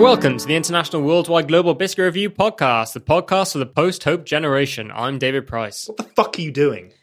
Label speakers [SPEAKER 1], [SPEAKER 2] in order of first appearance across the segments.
[SPEAKER 1] Welcome to the International Worldwide Global Biscuit Review Podcast, the podcast for the post hope generation. I'm David Price.
[SPEAKER 2] What the fuck are you doing?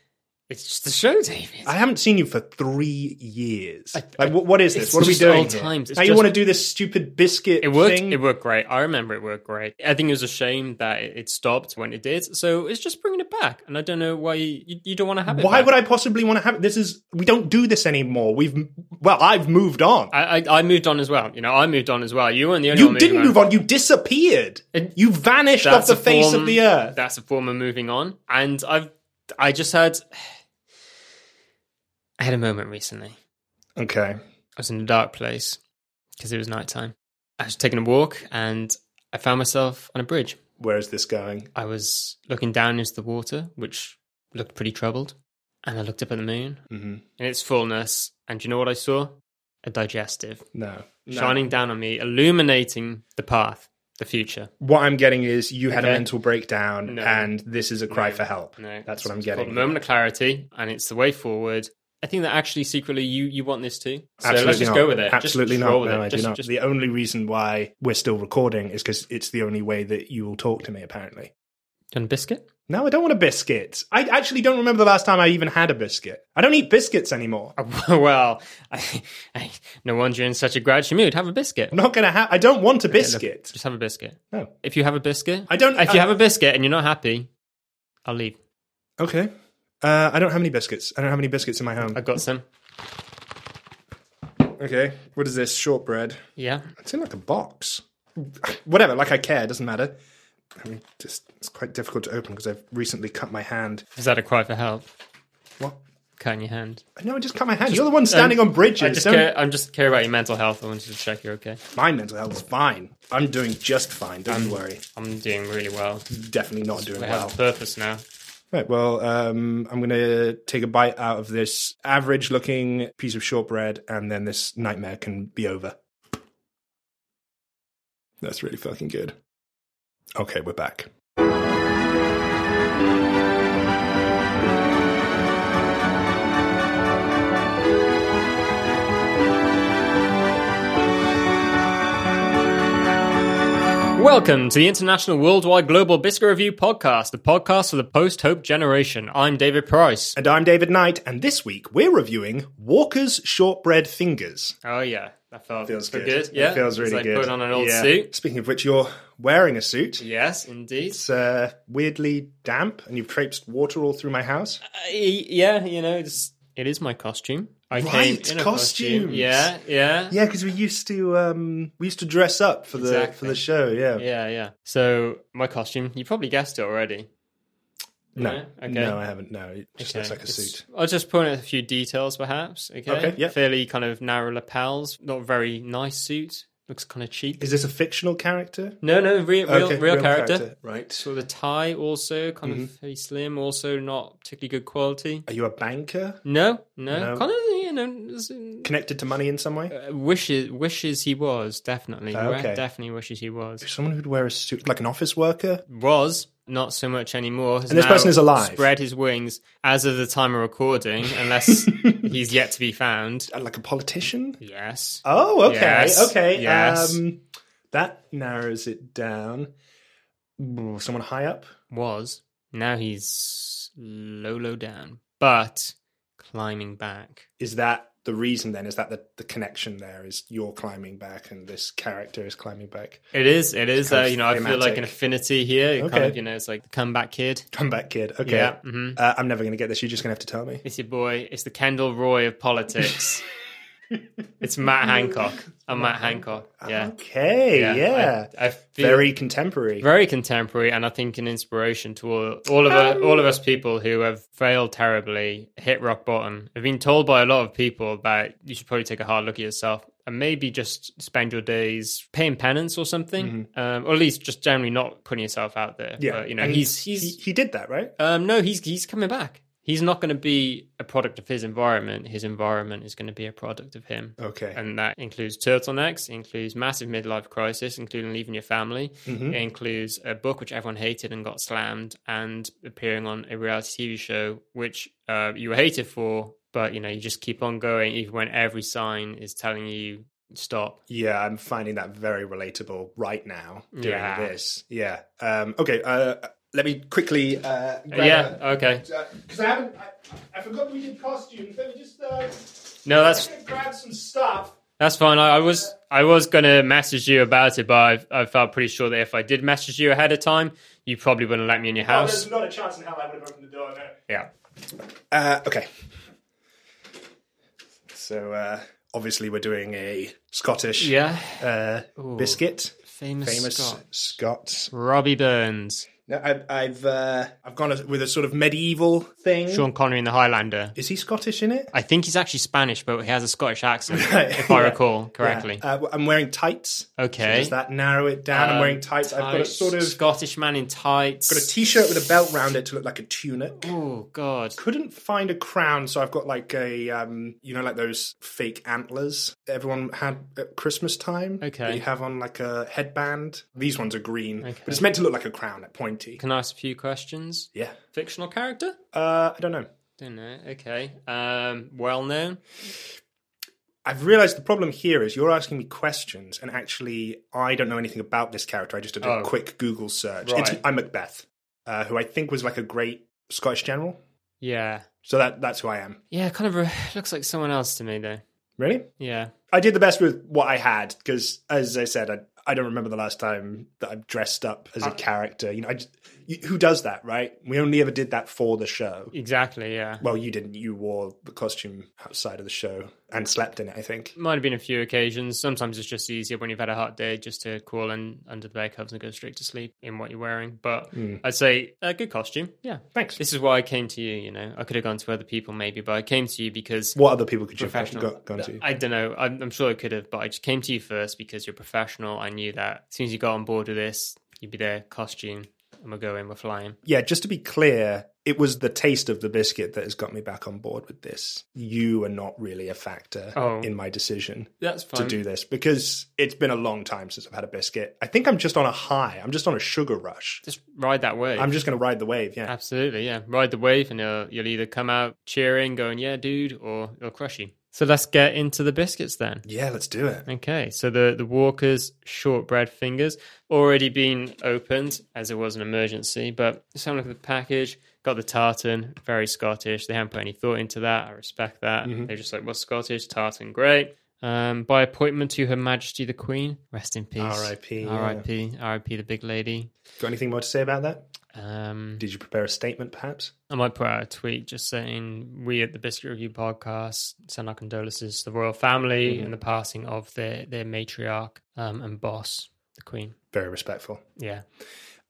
[SPEAKER 1] It's just the show, David.
[SPEAKER 2] I haven't seen you for three years.
[SPEAKER 1] I-
[SPEAKER 2] like, what, what is this?
[SPEAKER 1] it's
[SPEAKER 2] What are we
[SPEAKER 1] just
[SPEAKER 2] doing?
[SPEAKER 1] old
[SPEAKER 2] here?
[SPEAKER 1] times. It's
[SPEAKER 2] Now you
[SPEAKER 1] just-
[SPEAKER 2] want to do this stupid biscuit
[SPEAKER 1] It worked.
[SPEAKER 2] thing?
[SPEAKER 1] It worked great. I remember it worked great. I think it was a shame that it it stopped when it did. So it's just bringing it back, and I don't know why you, you, you don't want to have it.
[SPEAKER 2] Why would I possibly want to have this? Is we don't do this anymore. We've well, I've moved on.
[SPEAKER 1] I, I? I moved on as well. You know, I moved on as well. You weren't the only one.
[SPEAKER 2] you
[SPEAKER 1] moving
[SPEAKER 2] didn't move on. You disappeared.
[SPEAKER 1] It-
[SPEAKER 2] you vanished off
[SPEAKER 1] That's
[SPEAKER 2] the
[SPEAKER 1] a
[SPEAKER 2] face
[SPEAKER 1] form-
[SPEAKER 2] of the earth.
[SPEAKER 1] That's a form of moving on. And I've I just had I had a moment recently.
[SPEAKER 2] Okay.
[SPEAKER 1] I was in a dark place because it was nighttime. I was taking a walk and I found myself on a bridge.
[SPEAKER 2] Where is this going?
[SPEAKER 1] I was looking down into the water, which looked pretty troubled. And I looked up at the moon
[SPEAKER 2] Mhm.
[SPEAKER 1] in its fullness. And do you know what I saw? A digestive
[SPEAKER 2] No. No.
[SPEAKER 1] shining down on me, illuminating the path, the future.
[SPEAKER 2] What I'm getting is you had
[SPEAKER 1] Okay.
[SPEAKER 2] a mental breakdown,
[SPEAKER 1] No.
[SPEAKER 2] and this is a cry
[SPEAKER 1] No.
[SPEAKER 2] for help.
[SPEAKER 1] No,
[SPEAKER 2] That's what I'm
[SPEAKER 1] it's called
[SPEAKER 2] getting.
[SPEAKER 1] A moment of clarity, and it's the way forward. I think that actually secretly you you want this too. So
[SPEAKER 2] Absolutely
[SPEAKER 1] let's just
[SPEAKER 2] not.
[SPEAKER 1] go with it. Just-
[SPEAKER 2] Absolutely
[SPEAKER 1] just
[SPEAKER 2] not.
[SPEAKER 1] roll with
[SPEAKER 2] no,
[SPEAKER 1] it.
[SPEAKER 2] I
[SPEAKER 1] Just-
[SPEAKER 2] do not.
[SPEAKER 1] just-
[SPEAKER 2] The only reason why we're still recording is because it's the only way that you will talk to me. Apparently,
[SPEAKER 1] You want a biscuit?
[SPEAKER 2] no, I don't want a biscuit. I actually don't remember the last time I even had a biscuit. I don't eat biscuits anymore.
[SPEAKER 1] well, I, I, no wonder you're in such a grouchy mood. Have a biscuit.
[SPEAKER 2] I'm not gonna have. I don't want a biscuit.
[SPEAKER 1] Just have a biscuit.
[SPEAKER 2] No.
[SPEAKER 1] If you have a biscuit,
[SPEAKER 2] I don't-
[SPEAKER 1] If you
[SPEAKER 2] I-
[SPEAKER 1] have a biscuit and you're not happy, I'll leave.
[SPEAKER 2] Okay. Uh, I don't have any biscuits. I don't have any biscuits in my home.
[SPEAKER 1] I got some.
[SPEAKER 2] Okay. What is this? Shortbread.
[SPEAKER 1] Yeah.
[SPEAKER 2] It's in like a box. Whatever. Like I care. Doesn't matter. I mean, just it's quite difficult to open because I've recently cut my hand.
[SPEAKER 1] Is that a cry for help?
[SPEAKER 2] What?
[SPEAKER 1] Cut in your hand.
[SPEAKER 2] No, I just cut my hand. You're the one standing
[SPEAKER 1] Um,
[SPEAKER 2] on bridges.
[SPEAKER 1] I just
[SPEAKER 2] Don't-
[SPEAKER 1] care, I'm just care about your mental health. I wanted to check you're okay.
[SPEAKER 2] My mental health is fine. I'm doing just fine. Don't you worry.
[SPEAKER 1] I'm doing really well.
[SPEAKER 2] Definitely not
[SPEAKER 1] Um,
[SPEAKER 2] doing
[SPEAKER 1] I have
[SPEAKER 2] well.
[SPEAKER 1] a purpose now.
[SPEAKER 2] Right. Well, um, I'm going to take a bite out of this average-looking piece of shortbread, and then this nightmare can be over. That's really fucking good. Okay, we're back.
[SPEAKER 1] Welcome to the International Worldwide Global Biscuit Review Podcast, the podcast for the post hope generation. I'm David Price.
[SPEAKER 2] And I'm David Knight, and this week we're reviewing Walker's Shortbread Fingers.
[SPEAKER 1] Oh yeah, that felt
[SPEAKER 2] Feels
[SPEAKER 1] felt
[SPEAKER 2] good. It
[SPEAKER 1] Yeah,
[SPEAKER 2] feels really
[SPEAKER 1] it's like
[SPEAKER 2] good.
[SPEAKER 1] Put on an old
[SPEAKER 2] Yeah.
[SPEAKER 1] suit.
[SPEAKER 2] Speaking of which, you're wearing a suit.
[SPEAKER 1] Yes, indeed.
[SPEAKER 2] It's uh, weirdly damp, and you've traipsed water all through my house.
[SPEAKER 1] I- Uh, yeah, you know, it's, it is my costume. I
[SPEAKER 2] Right,
[SPEAKER 1] came in a costume.
[SPEAKER 2] costumes.
[SPEAKER 1] Yeah, yeah,
[SPEAKER 2] Yeah, because we used to um, we used to dress up for the for
[SPEAKER 1] Exactly.
[SPEAKER 2] the show. Yeah.
[SPEAKER 1] yeah, yeah. So my costume, you probably guessed it already.
[SPEAKER 2] No.
[SPEAKER 1] Yeah, okay.
[SPEAKER 2] No, I haven't. No, it just looks like a
[SPEAKER 1] it's-
[SPEAKER 2] suit.
[SPEAKER 1] I'll just point out a few details, perhaps. Okay.
[SPEAKER 2] Okay, yeah.
[SPEAKER 1] Fairly kind of narrow lapels, not very nice suit. Looks kind of cheap.
[SPEAKER 2] Is this a fictional character?
[SPEAKER 1] No, no, re- real,
[SPEAKER 2] Okay, Mm-hmm.
[SPEAKER 1] real, character.
[SPEAKER 2] Right.
[SPEAKER 1] So the tie also kind of very slim, also not particularly good quality.
[SPEAKER 2] Are you a banker?
[SPEAKER 1] No, no,
[SPEAKER 2] No.
[SPEAKER 1] kind of you know s-
[SPEAKER 2] Connected to money in some way?
[SPEAKER 1] uh, wishes wishes he was definitely
[SPEAKER 2] Oh,
[SPEAKER 1] Wa-
[SPEAKER 2] okay.
[SPEAKER 1] definitely wishes he was
[SPEAKER 2] Someone who'd wear a suit, like an office worker?
[SPEAKER 1] was not so much anymore. has
[SPEAKER 2] And this
[SPEAKER 1] now
[SPEAKER 2] person is alive?
[SPEAKER 1] Spread his wings as of the time of recording, unless he's yet to be found.
[SPEAKER 2] Uh, Like a politician?
[SPEAKER 1] Yes.
[SPEAKER 2] Oh, okay.
[SPEAKER 1] Yes,
[SPEAKER 2] Okay.
[SPEAKER 1] yes.
[SPEAKER 2] Um, that narrows it down. Ooh, Someone high up?
[SPEAKER 1] was. Now he's low, low down, but climbing back.
[SPEAKER 2] Is that the reason then? Is that the, the connection there? Is you're climbing back and this character is climbing back?
[SPEAKER 1] It is, it is.
[SPEAKER 2] kind
[SPEAKER 1] Uh,
[SPEAKER 2] of
[SPEAKER 1] you know, I feel like
[SPEAKER 2] thematic.
[SPEAKER 1] an affinity here. It Kind
[SPEAKER 2] Okay.
[SPEAKER 1] of, you know, it's like the comeback kid.
[SPEAKER 2] Come back, kid. Okay.
[SPEAKER 1] Yeah. hmm
[SPEAKER 2] Uh, I'm never going to get this. You're just going to have to tell me.
[SPEAKER 1] It's your boy. It's the Kendall Roy of politics. it's Matt Hancock. I'm Matt Hancock. Yeah.
[SPEAKER 2] Okay. Yeah.
[SPEAKER 1] I, I feel very,
[SPEAKER 2] Very contemporary.
[SPEAKER 1] very contemporary, and I think an inspiration to all, all of us, all of us people who have failed terribly, hit rock bottom, have been told by a lot of people that you should probably take a hard look at yourself and maybe just spend your days paying penance or something, um, or at least just generally not putting yourself out there.
[SPEAKER 2] Mm-hmm. yeah.
[SPEAKER 1] But, uh, you know,
[SPEAKER 2] And
[SPEAKER 1] he's
[SPEAKER 2] he,
[SPEAKER 1] he's
[SPEAKER 2] he did that, right?
[SPEAKER 1] um, no, he's he's coming back. He's not going to be a product of his environment. His environment is going to be a product of him.
[SPEAKER 2] Okay.
[SPEAKER 1] And that includes turtlenecks, includes massive midlife crisis, including leaving your family. It includes a book which everyone hated and got slammed, and appearing on a reality TV show which uh, you were hated for, but you know you just keep on going even when every sign is telling you stop.
[SPEAKER 2] Yeah, I'm finding that very relatable right now doing
[SPEAKER 1] Yeah.
[SPEAKER 2] this. Yeah. Um, okay. Uh, let me quickly. Uh, grab
[SPEAKER 1] yeah. Okay.
[SPEAKER 2] Because I haven't. I, I forgot we did costumes. Let me just uh,
[SPEAKER 1] No, that's
[SPEAKER 2] grab some stuff.
[SPEAKER 1] That's fine. I, I was I was gonna message you about it, but I, I felt pretty sure that if I did message you ahead of time, you probably wouldn't let me in
[SPEAKER 2] Oh,
[SPEAKER 1] your house.
[SPEAKER 2] not a chance in hell I would have opened the door.
[SPEAKER 1] Yeah.
[SPEAKER 2] Uh, okay. So uh, obviously we're doing a Scottish
[SPEAKER 1] Yeah.
[SPEAKER 2] uh, biscuit.
[SPEAKER 1] Famous,
[SPEAKER 2] Famous
[SPEAKER 1] Scot.
[SPEAKER 2] Scots.
[SPEAKER 1] Robbie Burns,
[SPEAKER 2] No, I, I've uh, I've gone with a sort of medieval thing.
[SPEAKER 1] Sean Connery in The Highlander.
[SPEAKER 2] Is he Scottish in it?
[SPEAKER 1] I think he's actually Spanish, but he has a Scottish accent,
[SPEAKER 2] Right,
[SPEAKER 1] if I
[SPEAKER 2] yeah.
[SPEAKER 1] recall correctly.
[SPEAKER 2] Yeah. Uh, I'm wearing tights.
[SPEAKER 1] Okay. Um,
[SPEAKER 2] So does that narrow it down? I'm wearing tights. I've got a
[SPEAKER 1] Tights,
[SPEAKER 2] sort of
[SPEAKER 1] Scottish man in tights.
[SPEAKER 2] got a t-shirt with a belt round it to look like a tunic.
[SPEAKER 1] oh God.
[SPEAKER 2] Couldn't find a crown, so I've got like a um, you know, like those fake antlers that everyone had at Christmas time.
[SPEAKER 1] Okay.
[SPEAKER 2] that you have on like a headband. These ones are green, but it's meant to look like a crown, like pointy.
[SPEAKER 1] Can I ask a few questions?
[SPEAKER 2] Yeah.
[SPEAKER 1] Fictional character?
[SPEAKER 2] Uh, I don't know.
[SPEAKER 1] Don't know. Okay. Um, well known.
[SPEAKER 2] I've realised the problem here is you're asking me questions, and actually, I don't know anything about this character. I just did a
[SPEAKER 1] Oh.
[SPEAKER 2] quick Google search. It's
[SPEAKER 1] Right.
[SPEAKER 2] I'm Macbeth, uh, who I think was like a great Scottish general.
[SPEAKER 1] Yeah.
[SPEAKER 2] So that that's who I am.
[SPEAKER 1] Yeah, kind of re- looks like someone else to me though.
[SPEAKER 2] Really,
[SPEAKER 1] Yeah.
[SPEAKER 2] I did the best with what I had because, as I said, I, I don't remember the last time that I've dressed up
[SPEAKER 1] Uh.
[SPEAKER 2] as a character. You know, I just, you, who does that, right? We only ever did that for the show.
[SPEAKER 1] Exactly, yeah.
[SPEAKER 2] Well, you didn't. You wore the costume outside of the show and slept in it. I think.
[SPEAKER 1] Might have been a few occasions. Sometimes it's just easier when you've had a hot day just to crawl in under the bed covers and go straight to sleep in what you're wearing. But I'd say a good costume. Yeah.
[SPEAKER 2] Hmm. Thanks.
[SPEAKER 1] This is why I came to you, you know. I could have gone to other people maybe, but I came to you because
[SPEAKER 2] What other people could you have
[SPEAKER 1] professional.
[SPEAKER 2] got, gone to?
[SPEAKER 1] I don't know. I'm, I'm sure I could have, but I just came to you first because you're professional. I knew that as soon as you got on board with this, you'd be there, costume, and we're going, we're flying.
[SPEAKER 2] yeah, just to be clear, it was the taste of the biscuit that has got me back on board with this. You are not really a factor
[SPEAKER 1] Oh.
[SPEAKER 2] in my decision
[SPEAKER 1] That's
[SPEAKER 2] to
[SPEAKER 1] fine.
[SPEAKER 2] do this because it's been a long time since I've had a biscuit. I think I'm just on a high. I'm just on a sugar rush.
[SPEAKER 1] Just ride that wave.
[SPEAKER 2] I'm just going to ride the wave. Yeah.
[SPEAKER 1] Absolutely, yeah. Ride the wave, and you'll, you'll either come out cheering, going, "Yeah, dude," or you'll crush you. So let's get into the biscuits then.
[SPEAKER 2] Yeah, let's do it.
[SPEAKER 1] Okay, so the the Walker's shortbread fingers already been opened as it was an emergency, but let's have a look at the package. Got the tartan, very Scottish. They haven't put any thought into that. I respect that.
[SPEAKER 2] Mm-hmm.
[SPEAKER 1] They're just like, "What's Scottish tartan? Great." Um, by appointment to Her Majesty the Queen. Rest in peace.
[SPEAKER 2] R.I.P., yeah.
[SPEAKER 1] R.I.P. R.I.P. The big lady.
[SPEAKER 2] Got anything more to say about that?
[SPEAKER 1] Um,
[SPEAKER 2] Did you prepare a statement, perhaps?
[SPEAKER 1] I might put out a tweet just saying we at the Biscuit Review podcast send our condolences to the royal family
[SPEAKER 2] Mm-hmm.
[SPEAKER 1] and the passing of their their matriarch um, and boss, the Queen.
[SPEAKER 2] Very respectful.
[SPEAKER 1] Yeah,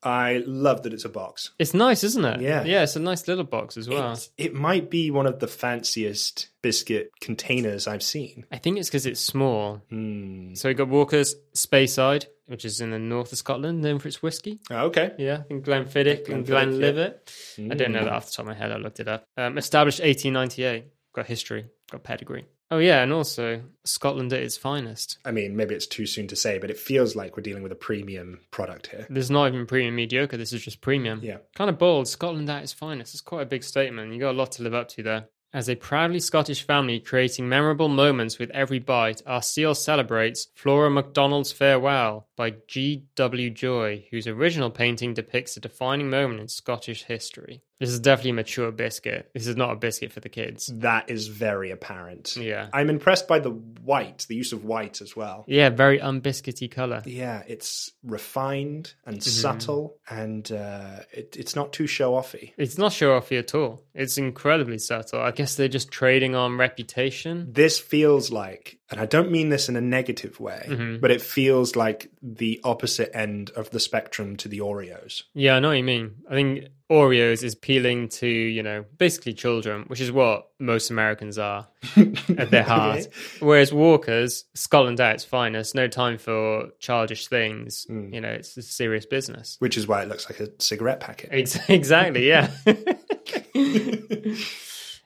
[SPEAKER 2] I love that it's a box.
[SPEAKER 1] It's nice, isn't it?
[SPEAKER 2] Yeah.
[SPEAKER 1] Yeah, it's a nice little box as well.
[SPEAKER 2] It's- It might be one of the fanciest biscuit containers I've seen.
[SPEAKER 1] I think it's because it's small.
[SPEAKER 2] Hmm.
[SPEAKER 1] So we got Walker's Speyside, which is in the north of Scotland, known for its whiskey.
[SPEAKER 2] Oh, okay.
[SPEAKER 1] Yeah, and Glenfiddich and
[SPEAKER 2] Glenfiddich, yeah. Hmm.
[SPEAKER 1] Glenlivet. I don't know that off the top of my head. I looked it up. Um, established 1898. Got history. Got pedigree. Oh yeah, and also Scotland at its finest.
[SPEAKER 2] I mean, maybe it's too soon to say, but it feels like we're dealing with a premium product here.
[SPEAKER 1] There's not even premium mediocre. This is just premium.
[SPEAKER 2] Yeah.
[SPEAKER 1] Kind of bold. Scotland at its finest. It's quite a big statement. You got a lot to live up to there. As a proudly Scottish family creating memorable moments with every bite, our seal celebrates Flora MacDonald's Farewell by G.W. Joy, whose original painting depicts a defining moment in Scottish history. This is definitely a mature biscuit. This is not a biscuit for the kids.
[SPEAKER 2] That is very apparent.
[SPEAKER 1] Yeah.
[SPEAKER 2] I'm impressed by the white, the use of white as well.
[SPEAKER 1] Yeah, very unbiscuity color.
[SPEAKER 2] Yeah, it's refined and
[SPEAKER 1] Mm-hmm.
[SPEAKER 2] subtle, and uh, it, it's not too show offy.
[SPEAKER 1] It's not show offy at all. It's incredibly subtle. I guess they're just trading on reputation.
[SPEAKER 2] This feels like, and I don't mean this in a negative way, but it feels like the opposite end of the spectrum to the Oreos.
[SPEAKER 1] Yeah, I know what you mean. I think Oreos is appealing to, you know, basically children, which is what most Americans are at their heart. Whereas Walker's, Scotland at its finest, no time for childish things. You know, it's serious business.
[SPEAKER 2] Which is why it looks like a cigarette packet.
[SPEAKER 1] Ex- Exactly, yeah.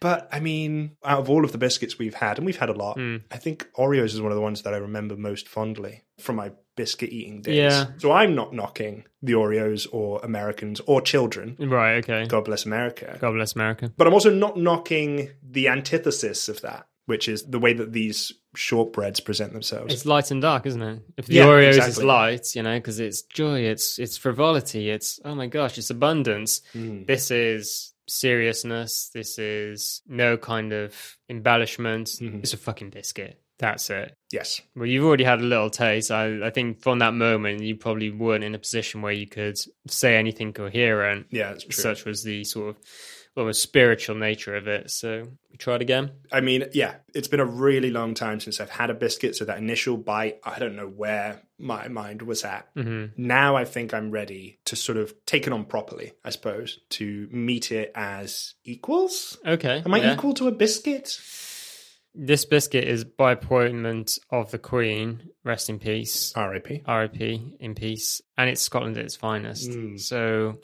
[SPEAKER 2] But I mean, out of all of the biscuits we've had, and we've had a lot, I think Oreos is one of the ones that I remember most fondly from my biscuit eating days.
[SPEAKER 1] Yeah.
[SPEAKER 2] So I'm not knocking the Oreos or Americans or children.
[SPEAKER 1] right, okay.
[SPEAKER 2] God bless America.
[SPEAKER 1] God bless America.
[SPEAKER 2] But I'm also not knocking the antithesis of that, which is the way that these shortbreads present themselves.
[SPEAKER 1] It's light and dark, isn't it? If the
[SPEAKER 2] Yeah,
[SPEAKER 1] Oreos is
[SPEAKER 2] exactly.
[SPEAKER 1] light, you know, because it's joy, it's it's frivolity, it's oh my gosh, it's abundance.
[SPEAKER 2] Hmm.
[SPEAKER 1] This is seriousness. This is no kind of embellishment.
[SPEAKER 2] Hmm.
[SPEAKER 1] It's a fucking biscuit. That's it.
[SPEAKER 2] yes.
[SPEAKER 1] Well, you've already had a little taste. I, I think from that moment, you probably weren't in a position where you could say anything coherent.
[SPEAKER 2] Yeah, it's true.
[SPEAKER 1] Such was the sort of almost spiritual nature of it. So we tried again.
[SPEAKER 2] I mean, yeah, it's been a really long time since I've had a biscuit. So that initial bite, I don't know where my mind was at.
[SPEAKER 1] Mm-hmm.
[SPEAKER 2] Now I think I'm ready to sort of take it on properly, I suppose, to meet it as equals.
[SPEAKER 1] Okay.
[SPEAKER 2] Am I
[SPEAKER 1] yeah.
[SPEAKER 2] equal to a biscuit?
[SPEAKER 1] This biscuit is by appointment of the Queen, rest in peace,
[SPEAKER 2] R.I.P.
[SPEAKER 1] RIP, in peace, and it's Scotland at its finest.
[SPEAKER 2] Hmm.
[SPEAKER 1] So,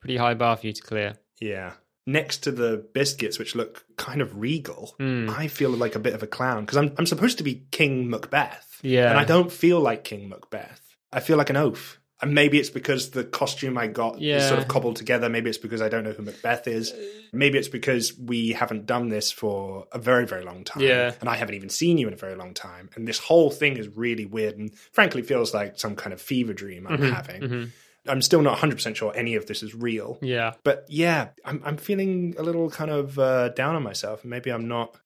[SPEAKER 1] pretty high bar for you to clear.
[SPEAKER 2] Yeah. Next to the biscuits, which look kind of regal,
[SPEAKER 1] Hmm.
[SPEAKER 2] I feel like a bit of a clown because I'm, I'm supposed to be King Macbeth.
[SPEAKER 1] Yeah.
[SPEAKER 2] And I don't feel like King Macbeth. I feel like an oaf. And maybe it's because the costume I got is sort
[SPEAKER 1] Yeah.
[SPEAKER 2] of cobbled together. Maybe it's because I don't know who Macbeth is. Maybe it's because we haven't done this for a very, very long time.
[SPEAKER 1] Yeah.
[SPEAKER 2] And I haven't even seen you in a very long time. And this whole thing is really weird and frankly feels like some kind of fever dream
[SPEAKER 1] Mm-hmm.
[SPEAKER 2] I'm having. I'm still not 100% sure any of this is real.
[SPEAKER 1] Yeah.
[SPEAKER 2] But yeah, I'm I'm feeling a little kind of uh, down on myself. Maybe I'm not.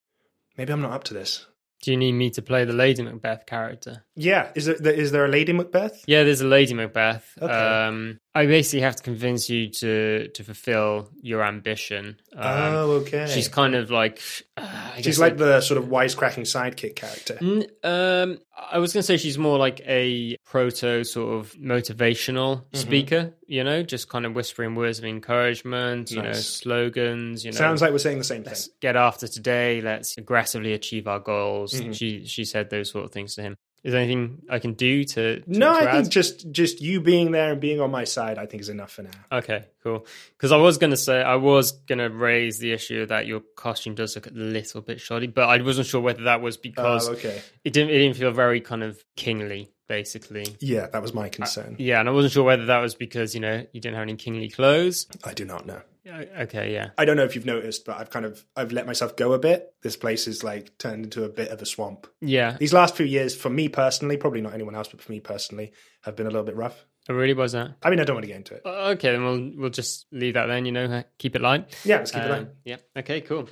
[SPEAKER 2] Maybe I'm not up to this.
[SPEAKER 1] Do you need me to play the Lady Macbeth character?
[SPEAKER 2] Yeah, is there is there a Lady Macbeth?
[SPEAKER 1] Yeah, there's a Lady Macbeth.
[SPEAKER 2] Okay.
[SPEAKER 1] Um, I basically have to convince you to to fulfill your ambition. Um,
[SPEAKER 2] oh, okay.
[SPEAKER 1] She's kind of like uh, I guess
[SPEAKER 2] she's like the sort of wisecracking sidekick character.
[SPEAKER 1] N- Um, I was going to say she's more like a proto sort of motivational
[SPEAKER 2] Mm-hmm.
[SPEAKER 1] speaker, you know, just kind of whispering words of encouragement, you know,
[SPEAKER 2] Nice.
[SPEAKER 1] slogans, you know.
[SPEAKER 2] Sounds like we're saying the same thing.
[SPEAKER 1] get after today, let's aggressively achieve our goals.
[SPEAKER 2] Mm-hmm.
[SPEAKER 1] She she said those sort of things to him. Is there anything I can do to, to
[SPEAKER 2] No,
[SPEAKER 1] to
[SPEAKER 2] I
[SPEAKER 1] add?
[SPEAKER 2] think just just you being there and being on my side, I think is enough for now.
[SPEAKER 1] Okay, cool. Because I was going to say, I was going to raise the issue that your costume does look a little bit shoddy, but I wasn't sure whether that was because
[SPEAKER 2] Oh, okay.
[SPEAKER 1] it didn't it didn't feel very kind of kingly, basically.
[SPEAKER 2] Yeah, that was my concern.
[SPEAKER 1] Yeah, and I wasn't sure whether that was because you know you didn't have any kingly clothes.
[SPEAKER 2] I do not know.
[SPEAKER 1] Yeah, Okay, yeah,
[SPEAKER 2] I don't know if you've noticed, but I've kind of I've let myself go a bit. This place is like turned into a bit of a swamp.
[SPEAKER 1] yeah.
[SPEAKER 2] These last few years, for me personally, probably not anyone else, but for me personally, have been a little bit rough.
[SPEAKER 1] It really was that.
[SPEAKER 2] I mean, I don't want to get into it.
[SPEAKER 1] Okay, then we'll we'll just leave that then. You know, keep it light.
[SPEAKER 2] Yeah, let's keep it
[SPEAKER 1] Um,
[SPEAKER 2] on.
[SPEAKER 1] yeah. Okay. Cool.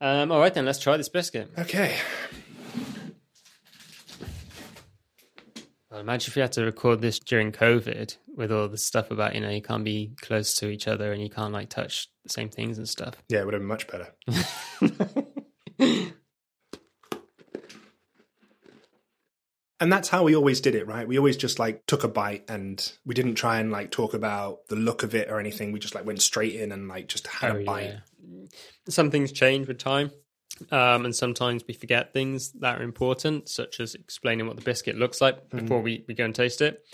[SPEAKER 1] Um, all right then. Let's try this biscuit.
[SPEAKER 2] Okay.
[SPEAKER 1] Well, imagine if we had to record this during COVID with all the stuff about you know you can't be close to each other and you can't like touch the same things and stuff.
[SPEAKER 2] Yeah, it would have been much better. And that's how we always did it, right? We always just like took a bite and we didn't try and like talk about the look of it or anything. We just like went straight in and like just had
[SPEAKER 1] Oh,
[SPEAKER 2] a bite.
[SPEAKER 1] yeah. Some things change with time, um, and sometimes we forget things that are important, such as explaining what the biscuit looks like before we, we go and taste it.